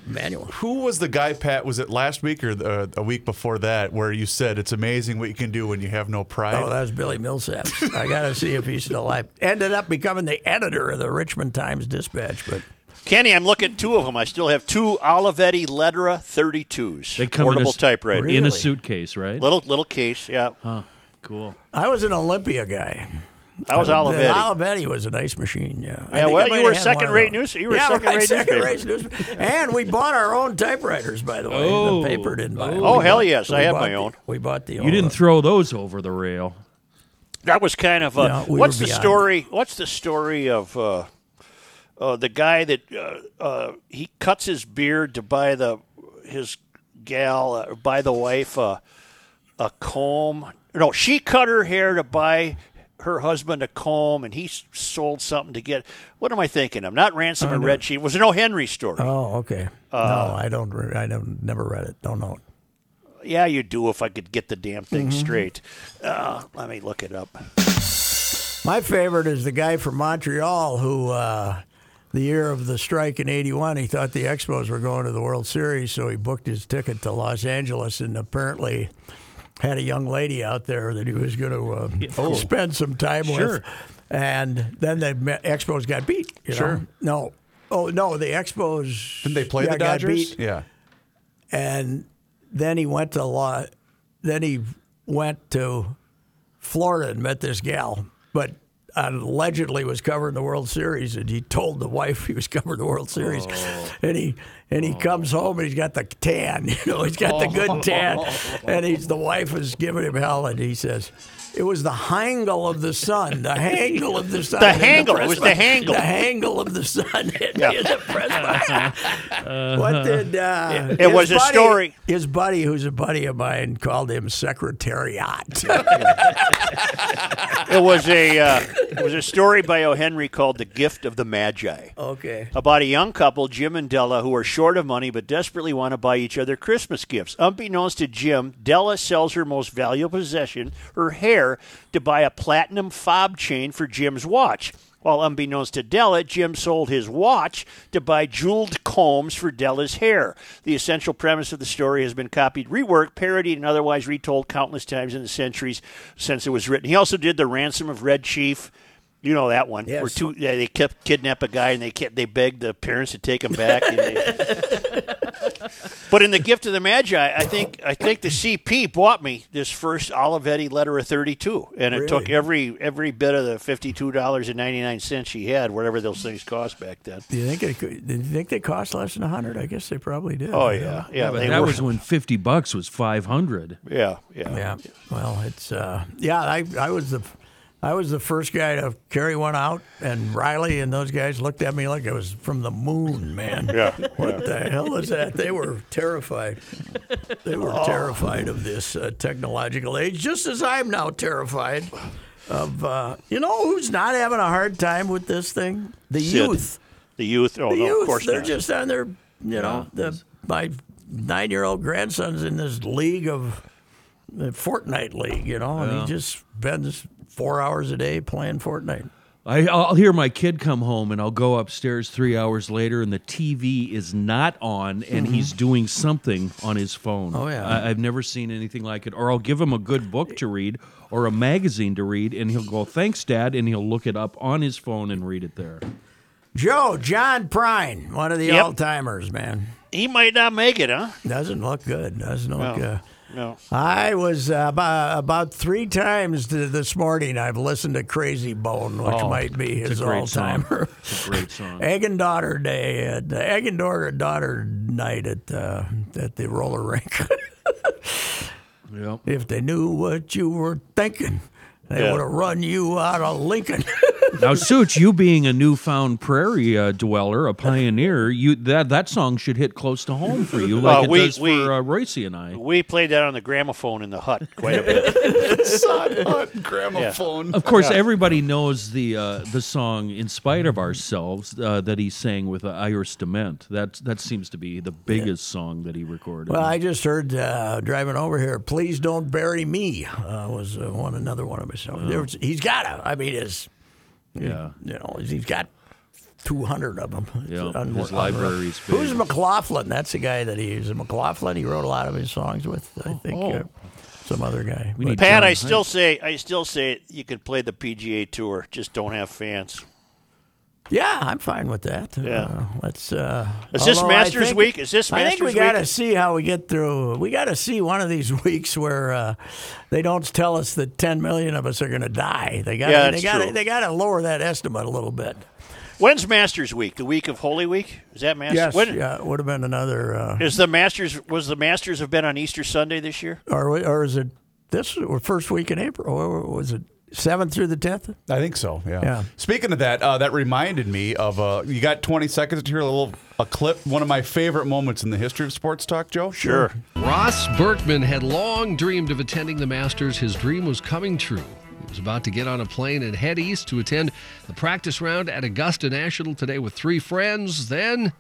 Speaker 2: manual,
Speaker 3: Who was the guy, Pat? Was it last week or uh, a week before that where you said it's amazing what you can do when you have no pride?
Speaker 2: Oh, that was Billy Millsap. I got to see if he's still alive. Ended up becoming the editor of the Richmond Times Dispatch, but
Speaker 1: Kenny, I'm looking at two of them. I still have two Olivetti Lettera 32s.
Speaker 4: They come in a
Speaker 1: portable
Speaker 4: s-
Speaker 1: typewriter.
Speaker 4: in
Speaker 2: Really?
Speaker 4: a suitcase, right?
Speaker 1: Little little case, yeah.
Speaker 4: Cool.
Speaker 2: I was an Olympia guy.
Speaker 1: I was Olivetti.
Speaker 2: The Olivetti was a nice machine, yeah. I
Speaker 1: Yeah,
Speaker 2: think
Speaker 1: well,
Speaker 2: I might
Speaker 1: you were
Speaker 2: have had one of
Speaker 1: second-rate
Speaker 2: those.
Speaker 1: news- you were
Speaker 2: Yeah,
Speaker 1: second-rate
Speaker 2: right,
Speaker 1: newspaper.
Speaker 2: second-rate newspaper. And we bought our own typewriters, by the way.
Speaker 4: Oh.
Speaker 2: the paper didn't buy.
Speaker 4: Oh.
Speaker 2: them.
Speaker 1: Oh,
Speaker 2: We
Speaker 1: hell
Speaker 2: bought-
Speaker 1: yes, I
Speaker 2: we
Speaker 1: have
Speaker 2: bought
Speaker 1: my
Speaker 2: the-
Speaker 1: own.
Speaker 2: We bought the.
Speaker 4: You didn't throw those over the rail.
Speaker 1: That was kind of a.
Speaker 2: No, we
Speaker 1: what's the
Speaker 2: were beyond.
Speaker 1: story? What's the story of uh, uh, the guy that uh, uh, he cuts his beard to buy the his gal uh, buy the wife uh, a comb? No, she cut her hair to buy her husband a comb, and he s- sold something to get. What am I thinking? I'm not ransom and red sheet. It was an O. Henry story.
Speaker 2: Oh, okay.
Speaker 1: Uh,
Speaker 2: no, I don't. Re- I don't. Never read it. Don't know. it.
Speaker 1: yeah, you do. If I could get the damn thing
Speaker 2: mm-hmm.
Speaker 1: straight, uh, let me look it up.
Speaker 2: My favorite is the guy from Montreal who, uh, the year of the strike in '81, he thought the Expos were going to the World Series, so he booked his ticket to Los Angeles, and apparently. Had a young lady out there that he was going to uh,
Speaker 3: Oh.
Speaker 2: spend some time with,
Speaker 4: Sure.
Speaker 2: and then the Me- Expos got beat. You
Speaker 3: Sure.
Speaker 2: Know? No. Oh no, the Expos.
Speaker 3: Didn't they play
Speaker 2: yeah,
Speaker 3: the
Speaker 2: got
Speaker 3: Dodgers?
Speaker 2: beat.
Speaker 3: Yeah.
Speaker 2: and then he went to law. Then he went to Florida and met this gal, but allegedly was covering the World Series, and he told the wife he was covering the World Series,
Speaker 1: Oh.
Speaker 2: and he and he comes home and he's got the tan, you know, he's got the good tan,
Speaker 1: Oh.
Speaker 2: and he's the wife is giving him hell, and he says. It was the hangle of the sun, the hangle of the sun.
Speaker 1: The
Speaker 2: in
Speaker 1: hangle, it was the
Speaker 2: press box.
Speaker 1: hangle.
Speaker 2: the hangle of the sun in the press box. What did uh,
Speaker 1: Uh-huh. It was
Speaker 2: his
Speaker 1: a story.
Speaker 2: His buddy, who's a buddy of mine, called him Secretariat.
Speaker 1: It was a uh, it was a story by O. Henry called "The Gift of the Magi."
Speaker 2: okay.
Speaker 1: About a young couple, Jim and Della, who are short of money but desperately want to buy each other Christmas gifts. Unbeknownst to Jim, Della sells her most valuable possession, her hair, to buy a platinum fob chain for Jim's watch. While unbeknownst to Della, Jim sold his watch to buy jeweled combs for Della's hair. The essential premise of the story has been copied, reworked, parodied, and otherwise retold countless times in the centuries since it was written. He also did The Ransom of Red Chief. You know that one.
Speaker 2: Yes.
Speaker 1: Where two, yeah, they kept kidnap a guy and they kept, they begged the parents to take him back. and they- but in the gift of the Magi, I think I think the CP bought me this first Olivetti letter of thirty two, and it took every every bit of the fifty two dollars and ninety nine cents she had, whatever those things cost back then.
Speaker 2: Do you think it could, do you think they cost less than hundred? I guess they probably did.
Speaker 1: Oh yeah, yeah,
Speaker 4: But
Speaker 1: they
Speaker 4: that
Speaker 1: were-
Speaker 4: was when fifty bucks was five hundred.
Speaker 1: yeah, yeah,
Speaker 2: Yeah. Well, it's uh, yeah. I I was the. I was the first guy to carry one out, and Riley and those guys looked at me like I was from the moon, man.
Speaker 1: yeah.
Speaker 2: What the hell is that? They were terrified. They were
Speaker 1: Oh.
Speaker 2: terrified of this uh, technological age, just as I'm now terrified of. Uh, you know who's not having a hard time with this thing? The
Speaker 1: Sid.
Speaker 2: youth.
Speaker 1: The youth. Oh
Speaker 2: The
Speaker 1: no,
Speaker 2: youth.
Speaker 1: of course
Speaker 2: they're
Speaker 1: not.
Speaker 2: just on their. You know, the, my nine-year-old grandson's in this league of the Fortnite league. You know, and he just spends four hours a day playing Fortnite.
Speaker 4: I, I'll hear my kid come home, and I'll go upstairs three hours later, and the TV is not on, and he's doing something on his phone.
Speaker 2: Mm-hmm. Oh, yeah.
Speaker 4: I, I've never seen anything like it. Or I'll give him a good book to read or a magazine to read, and he'll go, "Thanks, Dad," and he'll look it up on his phone and read it there.
Speaker 2: Joe John Prine, one of the
Speaker 1: Yep.
Speaker 2: all-timers, man.
Speaker 1: He might not make it, huh?
Speaker 2: Doesn't look good. Doesn't look.
Speaker 1: No.
Speaker 2: Uh,
Speaker 1: No.
Speaker 2: I was uh, about, about three times th- this morning. I've listened to Crazy Bone, which
Speaker 4: Oh,
Speaker 2: might be
Speaker 4: it's a
Speaker 2: his
Speaker 4: great
Speaker 2: all timer.
Speaker 4: song. It's a great song.
Speaker 2: Egg and daughter day, at, uh, egg and daughter daughter night at uh, at the roller rink.
Speaker 4: Yep.
Speaker 2: if they knew what you were thinking, they
Speaker 1: Yeah.
Speaker 2: would have run you out of Lincoln.
Speaker 4: Now, Suits, you being a newfound prairie uh, dweller, a pioneer, you that that song should hit close to home for you, like
Speaker 1: Well,
Speaker 4: it
Speaker 1: we-
Speaker 4: does
Speaker 1: we-
Speaker 4: for uh, Royce and I.
Speaker 1: We played that on the gramophone in the hut quite a bit.
Speaker 3: Son on gramophone.
Speaker 4: Of course, everybody knows the uh, the song "In Spite of Ourselves" uh, that he sang with uh, Iris Dement. That that seems to be the biggest song that he recorded.
Speaker 2: well, I just heard uh, driving over here. Please don't bury me. Uh, was uh, one another one of his songs.
Speaker 4: Oh.
Speaker 2: There was- he's got to. I mean, it's
Speaker 4: yeah,
Speaker 2: you know, he's got 200 of them. It's
Speaker 4: Yeah,
Speaker 2: unwor-
Speaker 4: his library's
Speaker 2: unreal. Who's
Speaker 4: big.
Speaker 2: McLaughlin? That's the guy that he is. McLaughlin, he wrote a lot of his songs with,
Speaker 1: Oh,
Speaker 2: I think, uh, some other guy.
Speaker 4: We
Speaker 2: But
Speaker 4: need
Speaker 1: Pat,
Speaker 4: John
Speaker 1: I still
Speaker 4: Hines.
Speaker 1: say I still say you can play the PGA Tour, just don't have fans.
Speaker 2: yeah, I'm fine with that. Yeah. let's. Uh,
Speaker 1: Is this
Speaker 2: although I
Speaker 1: Masters
Speaker 2: think-
Speaker 1: week? Is this
Speaker 2: I think we
Speaker 1: Masters week?
Speaker 2: to see how we get through. We got to see one of these weeks where uh, they don't tell us that 10 million of us are going to die. They got.
Speaker 1: Yeah,
Speaker 2: they
Speaker 1: that's
Speaker 2: got.
Speaker 1: true.
Speaker 2: They got to lower that estimate a little bit.
Speaker 1: When's Masters Week? The week of Holy Week? Is that Masters? When,
Speaker 2: yeah, it would have been another. Uh,
Speaker 1: Is the Masters? Was the Masters have been on Easter Sunday this year?
Speaker 2: or or is it this or first week in April? Or was it? seventh through the tenth.
Speaker 3: I think so. Yeah.
Speaker 2: Yeah.
Speaker 3: Speaking of that, uh, that reminded me of uh, you got 20 seconds to hear a little a clip. One of my favorite moments in the history of sports talk, Joe.
Speaker 1: Sure.
Speaker 6: Ross Berkman had long dreamed of attending the Masters. His dream was coming true. He was about to get on a plane and head east to attend the practice round at Augusta National today with three friends. Then,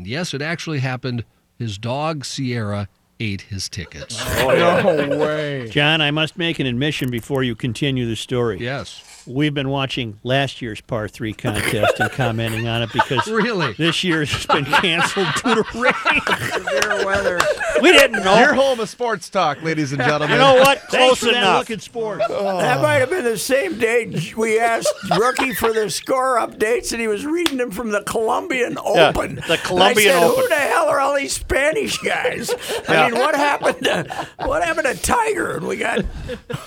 Speaker 6: yes, it actually happened. His dog, Sierra, ate his tickets.
Speaker 7: No way.
Speaker 8: John, I must make an admission before you continue the story.
Speaker 6: Yes.
Speaker 8: We've been watching last year's par three contest and commenting on it because
Speaker 6: Really?
Speaker 8: this year's has been canceled due to rain.
Speaker 2: Severe weather.
Speaker 1: We didn't
Speaker 3: Oh.
Speaker 1: know.
Speaker 7: Your home of sports talk, ladies and gentlemen.
Speaker 1: You know what?
Speaker 8: Thanks
Speaker 1: Close
Speaker 8: for that
Speaker 1: enough.
Speaker 8: look at sports.
Speaker 2: That might have been the same day we asked Rookie for the score updates, and he was reading them from the Colombian Open.
Speaker 1: the Colombian
Speaker 2: And I said,
Speaker 1: Open.
Speaker 2: Who the hell are all these Spanish guys? I mean, what happened to what happened to Tiger? And we got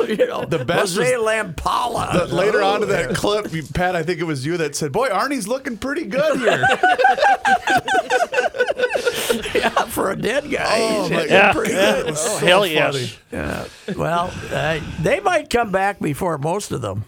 Speaker 2: you know the
Speaker 3: best
Speaker 2: Jose
Speaker 3: was-
Speaker 2: Lampala.
Speaker 3: But later on to that clip, you- Pat, I think it was you that said, "Boy, Arnie's looking pretty good here."
Speaker 2: Yeah, for a dead guy.
Speaker 3: Oh, my
Speaker 2: he's
Speaker 3: God.
Speaker 2: pretty
Speaker 1: Yeah.
Speaker 2: good.
Speaker 1: Oh, Hell
Speaker 3: funny.
Speaker 1: yes.
Speaker 2: Well, uh, they might come back before most of them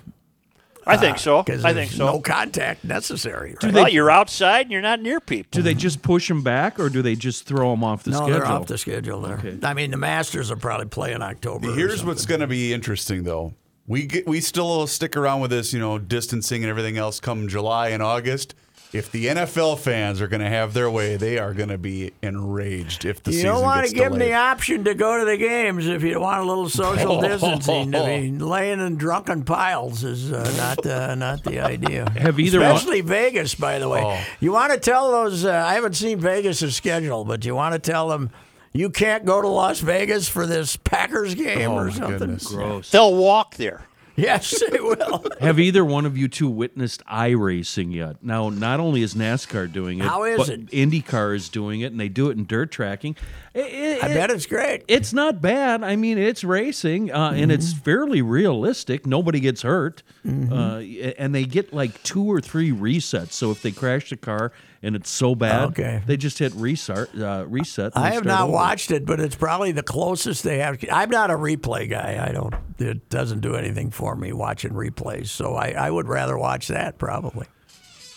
Speaker 1: I think
Speaker 8: Ah,
Speaker 1: so.
Speaker 2: because
Speaker 1: I think
Speaker 2: no
Speaker 1: so.
Speaker 2: contact necessary. Right?
Speaker 1: Well, you're outside and you're not near people.
Speaker 4: Do they just push him back, or do they just throw him off the
Speaker 2: no,
Speaker 4: schedule?
Speaker 2: they're off the schedule there. I mean, the Masters will probably play in October. or
Speaker 3: Here's
Speaker 2: something.
Speaker 3: what's going to be interesting, though. We get, we still stick around with this, you know, distancing and everything else. Come July and August, if the NFL fans are going to have their way, they are going to be enraged if the
Speaker 2: You
Speaker 3: season
Speaker 2: don't want
Speaker 3: gets
Speaker 2: to give them
Speaker 3: delayed.
Speaker 2: the option to go to the games if you want a little social distancing. I mean, laying in drunken piles is uh, not uh, not the idea.
Speaker 4: Have either one-
Speaker 2: especially Vegas, by the way. You want to tell those? Uh, I haven't seen Vegas' schedule, but you want to tell them you can't go to Las Vegas for this Packers game
Speaker 3: Oh,
Speaker 2: or
Speaker 3: my
Speaker 2: something.
Speaker 3: goodness.
Speaker 4: Gross.
Speaker 1: They'll walk there.
Speaker 2: Yes, they will.
Speaker 4: Have either one of you two witnessed iRacing yet? Now, not only is NASCAR doing it,
Speaker 2: How is
Speaker 4: but
Speaker 2: it?
Speaker 4: IndyCar is doing it, and they do it in dirt tracking. I- I-
Speaker 2: I bet it's great.
Speaker 4: it's not bad. I mean, it's racing, uh,
Speaker 2: Mm-hmm.
Speaker 4: and it's fairly realistic. Nobody gets hurt,
Speaker 2: Mm-hmm.
Speaker 4: uh, and they get like two or three resets. So if they crash the car and it's so bad,
Speaker 2: Okay.
Speaker 4: they just hit restart. Uh, reset. and
Speaker 2: I
Speaker 4: they
Speaker 2: have
Speaker 4: start
Speaker 2: not
Speaker 4: over.
Speaker 2: watched it, but it's probably the closest they have. I'm not a replay guy. I don't. It doesn't do anything for me watching replays. So I, I would rather watch that probably.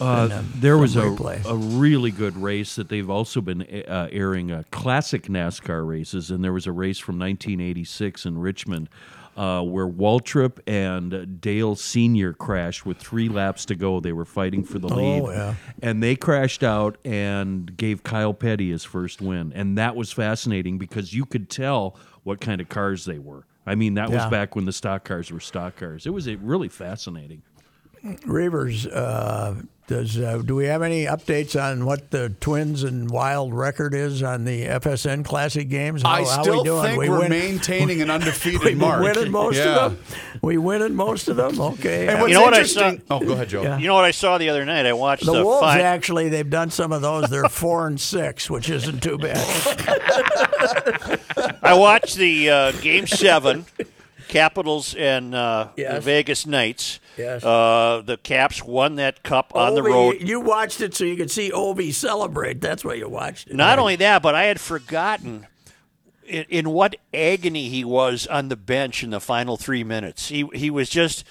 Speaker 2: um,
Speaker 4: Uh, there was a,
Speaker 2: some replay.
Speaker 4: a really good race that they've also been uh, airing uh, classic NASCAR races, and there was a race from 1986 in Richmond uh, where Waltrip and Dale Senior crashed with three laps to go. They were fighting for the lead,
Speaker 2: Oh, yeah.
Speaker 4: and they crashed out and gave Kyle Petty his first win, and that was fascinating because you could tell what kind of cars they were. I mean, that was
Speaker 2: Yeah.
Speaker 4: back when the stock cars were stock cars. It was uh, really fascinating.
Speaker 2: Reavers, uh, does uh, do we have any updates on what the Twins and Wild record is on the FSN Classic games? How,
Speaker 3: I
Speaker 2: Oh, how
Speaker 3: still
Speaker 2: we doing?
Speaker 3: think
Speaker 2: we
Speaker 3: we are
Speaker 2: win,
Speaker 3: maintaining an undefeated
Speaker 2: we
Speaker 3: mark.
Speaker 2: winning most
Speaker 3: Yeah.
Speaker 2: of them. We winning most of them. Okay. Uh,
Speaker 3: And what's
Speaker 1: You know what I
Speaker 3: interesting? oh, go ahead, Joe.
Speaker 1: You know what I saw the other night? I watched
Speaker 2: the
Speaker 1: a
Speaker 2: Wolves
Speaker 1: fine-
Speaker 2: actually they've done some of those. They're four and six, which isn't too bad.
Speaker 1: I watched the uh, game seven, Capitals and uh,
Speaker 2: Yes.
Speaker 1: Vegas Knights.
Speaker 2: Yes.
Speaker 1: Uh, the Caps won that cup on the
Speaker 2: Ovi,
Speaker 1: road.
Speaker 2: You watched it so you could see Ovi celebrate. That's why you watched it.
Speaker 1: Not only that, but I had forgotten in, in what agony he was on the bench in the final three minutes. He he was just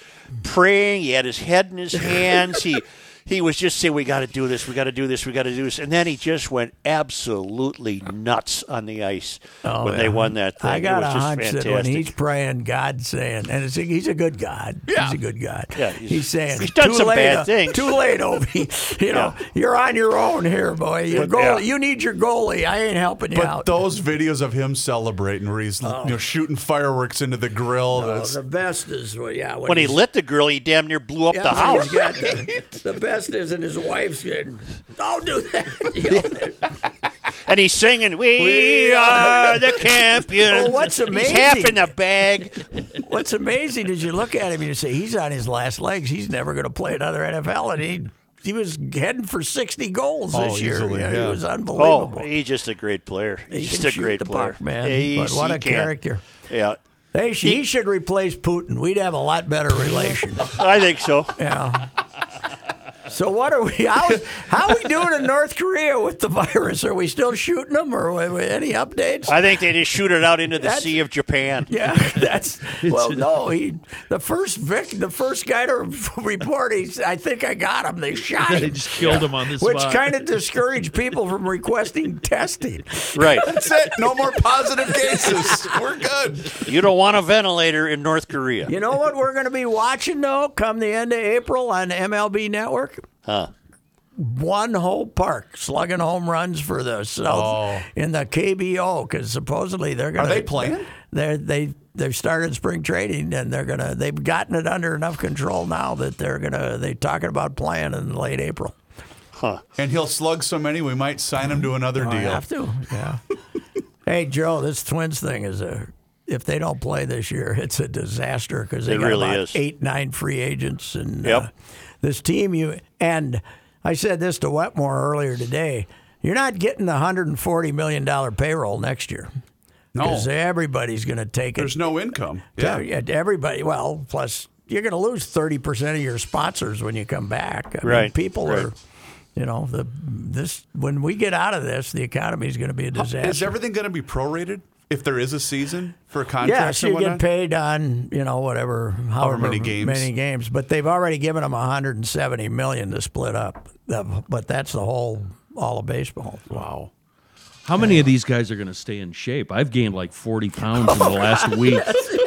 Speaker 1: praying. He had his head in his hands. he he was just saying, "We got to do this. We got to do this. We got to do this." And then he just went absolutely nuts on the ice when they won that thing.
Speaker 2: Oh, I
Speaker 1: it
Speaker 2: got a
Speaker 1: was just
Speaker 2: hunch
Speaker 1: fantastic.
Speaker 2: that when he's praying, God's saying, and it's, he's a good God. He's a good God.
Speaker 1: Yeah,
Speaker 2: he's,
Speaker 1: he's-
Speaker 2: saying,
Speaker 1: he's done
Speaker 2: too
Speaker 1: some
Speaker 2: late,
Speaker 1: bad
Speaker 2: uh,
Speaker 1: things."
Speaker 2: Too late, Ovi. You know, you're on your own here, boy. Your goal,
Speaker 1: yeah.
Speaker 2: You need your goalie. I ain't helping you
Speaker 3: But
Speaker 2: out.
Speaker 3: those videos of him celebrating, where he's you know shooting fireworks into the grill,
Speaker 2: Oh,
Speaker 3: that's
Speaker 2: the best is, well, yeah.
Speaker 1: when he
Speaker 2: he's-
Speaker 1: lit the girl, he damn near blew up
Speaker 2: yeah,
Speaker 1: the
Speaker 2: when
Speaker 1: house.
Speaker 2: he's got the, the best is, and his wife's getting, don't do that. You know,
Speaker 1: And he's singing, "We, are the champions."
Speaker 2: Well, Oh, what's
Speaker 1: He's half
Speaker 2: amazing-
Speaker 1: in the bag.
Speaker 2: What's amazing is you look at him and you say, he's on his last legs. He's never going to play another NFL. And he, he was heading for 60 goals
Speaker 3: Oh,
Speaker 2: this year.
Speaker 3: easily,
Speaker 2: Yeah,
Speaker 3: yeah.
Speaker 2: He was
Speaker 1: Oh,
Speaker 2: unbelievable.
Speaker 1: he's just a great player.
Speaker 2: He
Speaker 1: He's
Speaker 2: can
Speaker 1: just a
Speaker 2: shoot
Speaker 1: great
Speaker 2: the
Speaker 1: player,
Speaker 2: puck, man.
Speaker 1: Yes,
Speaker 2: but what
Speaker 1: he
Speaker 2: a
Speaker 1: can.
Speaker 2: character.
Speaker 1: Yeah,
Speaker 2: They sh- he, should replace Putin. We'd have a lot better relations.
Speaker 1: I think so.
Speaker 2: yeah. So what are we? How, how are we doing in North Korea with the virus? Are we still shooting them, or are we- any updates?
Speaker 1: I think they just shoot it out into the
Speaker 2: That's-
Speaker 1: Sea of Japan.
Speaker 2: yeah, that's well. No, he the first Vic, the first guy to report. He's. I think I got him. They shot
Speaker 4: they
Speaker 2: him,
Speaker 4: just killed him on this.
Speaker 2: which kind of discouraged people from requesting testing.
Speaker 1: Right.
Speaker 3: That's it. No more positive cases. We're good.
Speaker 1: You don't want a ventilator in North Korea.
Speaker 2: You know what we're going to be watching though, come the end of April on MLB Network.
Speaker 1: Huh.
Speaker 2: One whole park slugging home runs for the South
Speaker 3: Oh.
Speaker 2: in the KBO because supposedly they're going.
Speaker 3: Are they playing?
Speaker 2: They they they've started spring training and they're gonna they've gotten it under enough control now that they're gonna they're talking about playing in late April.
Speaker 3: And he'll slug so many, we might sign him to another
Speaker 2: I
Speaker 3: deal.
Speaker 2: have to. Yeah. hey Joe, this Twins thing is a. If they don't play this year, it's a disaster because they
Speaker 1: It
Speaker 2: got
Speaker 1: really
Speaker 2: about
Speaker 1: is.
Speaker 2: eight, nine free agents, and
Speaker 1: Yep.
Speaker 2: uh, this team you and I said this to Wetmore earlier today. You're not getting the 140 million dollar payroll next year
Speaker 3: No,
Speaker 2: because everybody's going to take it.
Speaker 3: there's no income.
Speaker 2: Yeah. everybody. Well, plus you're going to lose thirty percent of your sponsors when you come back. I mean,
Speaker 1: Right,
Speaker 2: people
Speaker 1: right.
Speaker 2: are, you know, the this when we get out of this, the economy is going to be a
Speaker 3: Is
Speaker 2: disaster.
Speaker 3: everything going to be prorated if there is a season for contracts
Speaker 2: yeah, so
Speaker 3: and
Speaker 2: you
Speaker 3: whatnot?
Speaker 2: get paid on you know whatever however
Speaker 3: many games.
Speaker 2: many games, but they've already given them 170 million to split up. The- But that's the whole all of baseball.
Speaker 3: Wow.
Speaker 4: How many of these guys are going to stay in shape? I've gained like 40 pounds in the last week.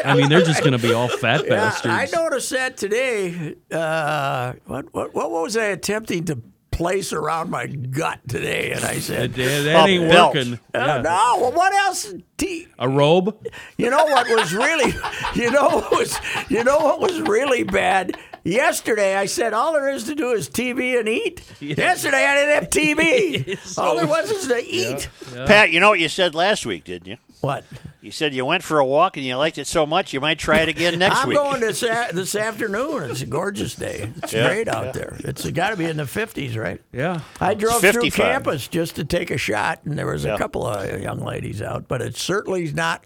Speaker 4: I mean, they're just going to be all fat
Speaker 2: Yeah,
Speaker 4: bastards.
Speaker 2: I noticed that today. Uh, what, what what was I attempting to place around my gut today? And I said,
Speaker 4: That, that ain't
Speaker 1: A belt.
Speaker 4: working.
Speaker 2: Oh,
Speaker 4: Yeah.
Speaker 2: no. Well, what else? T-
Speaker 4: A robe?
Speaker 2: you know what was really, you know what was, you know what was really bad. Yesterday, I said all there is to do is TV and eat. Yesterday, I didn't have TV. all there was is to eat.
Speaker 1: Pat, you know what you said last week, didn't you?
Speaker 2: What?
Speaker 1: You said you went for a walk and you liked it so much you might try it again next
Speaker 2: I'm
Speaker 1: week.
Speaker 2: going this a- this afternoon. It's a gorgeous day. It's
Speaker 1: Yeah.
Speaker 2: great out there. It's got to be in the 50s, right?
Speaker 4: Yeah.
Speaker 2: I drove through
Speaker 1: 55.
Speaker 2: campus just to take a shot, and there was a
Speaker 1: Yeah.
Speaker 2: couple of young ladies out, but it certainly is not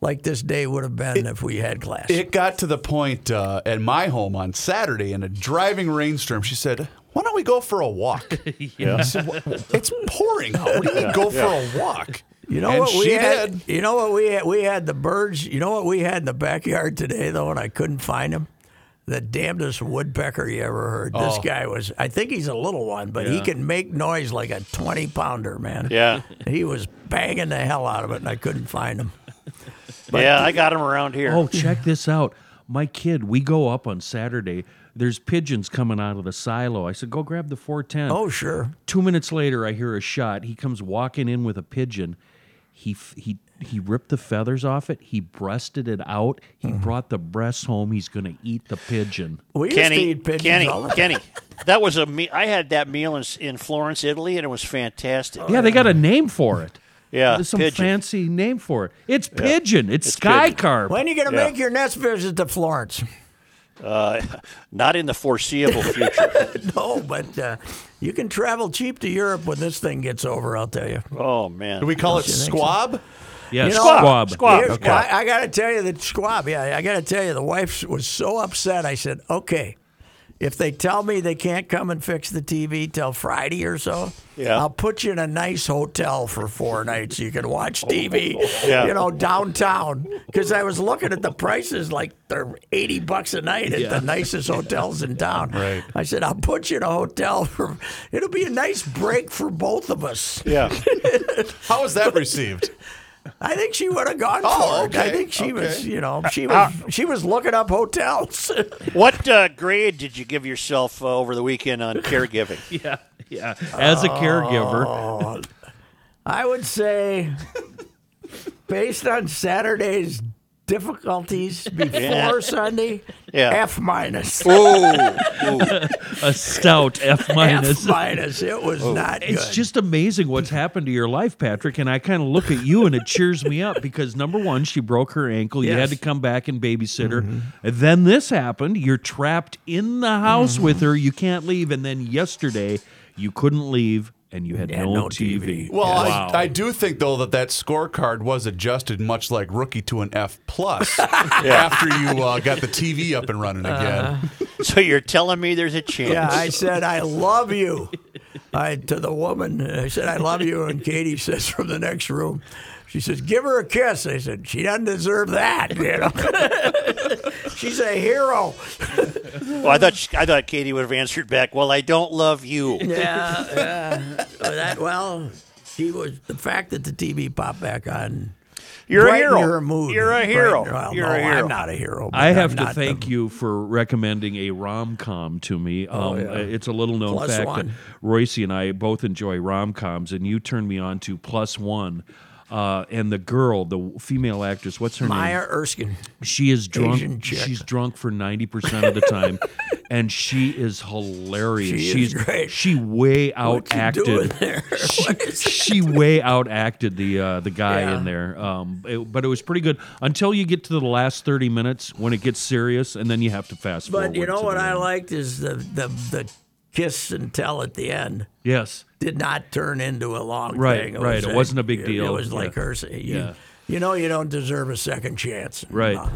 Speaker 2: like this day would have been if we had class.
Speaker 3: It got to the point uh, at my home on Saturday in a driving rainstorm. She said, "Why don't we go for a walk?" I said, "Wha- it's pouring out. What do you mean, go for a walk?
Speaker 2: You know
Speaker 3: And
Speaker 2: what we
Speaker 3: she
Speaker 2: had?
Speaker 3: did.
Speaker 2: You know what we had? We had the birds. You know what we had in the backyard today, though, and I couldn't find him. The damnedest woodpecker you ever heard.
Speaker 1: Oh.
Speaker 2: This guy was. I think he's a little one, but he can make noise like a twenty pounder, man.
Speaker 1: Yeah.
Speaker 2: He was banging the hell out of it, and I couldn't find him.
Speaker 1: yeah, I got him around here.
Speaker 4: Oh, check this out. My kid, we go up on Saturday. There's pigeons coming out of the silo. I said, go grab the 410.
Speaker 2: Oh, sure.
Speaker 4: Two minutes later, I hear a shot. He comes walking in with a pigeon. He f- he he ripped the feathers off it. He breasted it out. He
Speaker 2: Mm.
Speaker 4: brought the breasts home. He's gonna eat the pigeon.
Speaker 2: We
Speaker 1: Kenny,
Speaker 2: used to eat pigeons
Speaker 1: Kenny,
Speaker 2: all the
Speaker 1: Kenny. That was a me- I had that meal in, S- in Florence, Italy, and it was fantastic.
Speaker 4: yeah, they got a name for it.
Speaker 1: Yeah,
Speaker 4: There's some
Speaker 1: pigeon.
Speaker 4: fancy name for it. It's pigeon. It's, sky
Speaker 1: pigeon.
Speaker 4: carp.
Speaker 2: When are you going to
Speaker 1: Yeah.
Speaker 2: make your next visit to Florence?
Speaker 1: Not in the foreseeable future.
Speaker 2: No, but uh, you can travel cheap to Europe when this thing gets over. I'll tell you.
Speaker 1: oh man.
Speaker 3: Do we call it squab?
Speaker 4: Yeah,
Speaker 2: You know-
Speaker 4: squab.
Speaker 1: Squab.
Speaker 2: Here's-
Speaker 1: Okay.
Speaker 2: I, got to tell you that squab. Yeah, I got to tell you, the wife was so upset. I said, "Okay, if they tell me they can't come and fix the TV till Friday or so,
Speaker 1: Yeah.
Speaker 2: I'll put you in a nice hotel for four nights. You can watch TV,
Speaker 1: Oh, Yeah.
Speaker 2: you know, downtown." Because I was looking at the prices, like they're eighty bucks a night at the nicest hotels in town.
Speaker 3: Right.
Speaker 2: I said, "I'll put you in a hotel for. It'll be a nice break for both of us."
Speaker 1: yeah.
Speaker 3: How was that received?
Speaker 2: I think she would have gone
Speaker 3: Oh,
Speaker 2: for it. I
Speaker 3: okay,
Speaker 2: think she was,
Speaker 3: okay. Ah.
Speaker 2: you know, she was she was looking up hotels.
Speaker 1: What uh, grade did you give yourself uh, over the weekend on caregiving?
Speaker 4: Yeah, yeah. As a caregiver,
Speaker 2: I would say, based on Saturday's difficulties before
Speaker 1: Yeah.
Speaker 2: Sunday,
Speaker 1: Yeah.
Speaker 2: F minus.
Speaker 1: Ooh, ooh.
Speaker 4: a stout F
Speaker 2: F
Speaker 4: minus.
Speaker 2: minus. It was
Speaker 3: Oh.
Speaker 2: not good.
Speaker 4: It's just amazing what's happened to your life, Patrick. And I kind of look at you and it cheers me up because number one, she broke her ankle. You
Speaker 2: Yes.
Speaker 4: had to come back and babysit her. And then this happened. You're trapped in the house with her. You can't leave. And then yesterday, you couldn't leave and you had
Speaker 2: Yeah,
Speaker 4: no,
Speaker 2: no
Speaker 4: TV.
Speaker 3: Well,
Speaker 4: Wow.
Speaker 3: I, I do think though that that scorecard was adjusted much like
Speaker 2: Uh-huh.
Speaker 3: rookie to an F plus after you uh, got the TV up and running again.
Speaker 1: So you're telling me there's a chance?
Speaker 2: Yeah, I said, I love you. I to the woman, I said, I love you. And Katie says from the next room, she says, give her a kiss. I said, she doesn't deserve that. You know, she's a hero.
Speaker 1: Well, I thought she, I thought Katie would have answered back. Well, I don't love you.
Speaker 2: Yeah, yeah. Well, That well, she was the fact that the TV popped back on.
Speaker 1: You're a
Speaker 2: brightened
Speaker 1: hero.
Speaker 2: Her mood
Speaker 1: You're a
Speaker 2: Brightened-
Speaker 1: hero.
Speaker 2: well,
Speaker 1: You're
Speaker 2: no,
Speaker 1: a hero.
Speaker 2: I'm not a hero. but
Speaker 4: I
Speaker 2: I'm
Speaker 4: have to
Speaker 2: not the-
Speaker 4: thank you for recommending a rom com to me. Um, It's a little known
Speaker 2: Oh, Plus
Speaker 4: fact
Speaker 2: One.
Speaker 4: that Royce and I both enjoy rom coms, and you turned me on to Plus One. Uh, and the girl, the female actress, what's her name?
Speaker 2: Maya Erskine.
Speaker 4: She is drunk.
Speaker 2: Asian chick.
Speaker 4: She's drunk for ninety percent of the time, and she is hilarious.
Speaker 2: She is
Speaker 4: she's
Speaker 2: great.
Speaker 4: She way out
Speaker 2: What you doing
Speaker 4: acted.
Speaker 2: there? What is
Speaker 4: She way out acted the uh, the guy
Speaker 2: Yeah.
Speaker 4: in there. Um, it- but it was pretty good until you get to the last thirty minutes when it gets serious, and then you have to fast forward.
Speaker 2: But you know
Speaker 4: to
Speaker 2: what
Speaker 4: the
Speaker 2: I
Speaker 4: end.
Speaker 2: liked is the, the the kiss and tell at the end
Speaker 4: Yes,
Speaker 2: did not turn into a long
Speaker 4: Right,
Speaker 2: thing.
Speaker 4: right. It wasn't a big
Speaker 2: it- It
Speaker 4: deal.
Speaker 2: was like
Speaker 4: Yeah.
Speaker 2: her. say, You,
Speaker 4: Yeah.
Speaker 2: you know you don't deserve a second chance.
Speaker 4: right.
Speaker 2: No.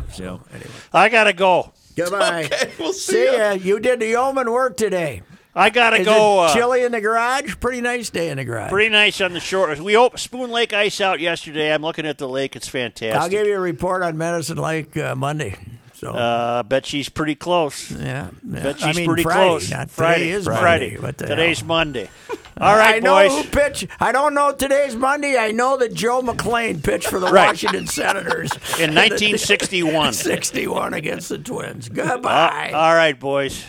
Speaker 4: yeah.
Speaker 1: I gotta go.
Speaker 2: Goodbye.
Speaker 3: we'll see
Speaker 2: see
Speaker 3: ya.
Speaker 2: ya. You did the yeoman work today.
Speaker 1: I gotta
Speaker 2: Is
Speaker 1: go.
Speaker 2: it
Speaker 1: uh,
Speaker 2: chilly in the garage? Pretty nice day in the garage.
Speaker 1: pretty nice on the shore. We op- Spoon Lake ice out yesterday. I'm looking at the lake. It's fantastic.
Speaker 2: I'll give you a report on Medicine Lake uh, Monday. So
Speaker 1: uh, bet she's pretty close.
Speaker 2: yeah, yeah.
Speaker 1: Bet she's
Speaker 2: I mean,
Speaker 1: pretty
Speaker 2: Friday,
Speaker 1: close.
Speaker 2: Not
Speaker 1: Friday
Speaker 2: today is
Speaker 1: Friday.
Speaker 2: Monday. What the hell?
Speaker 1: Today's Monday. All right,
Speaker 2: I know
Speaker 1: boys.
Speaker 2: who pitched. I don't know today's Monday. I know that Joe McLean pitched for the
Speaker 1: Right.
Speaker 2: Washington Senators
Speaker 1: In 1961.
Speaker 2: 61 against the Twins.
Speaker 1: Uh,
Speaker 2: Goodbye.
Speaker 1: all right, boys.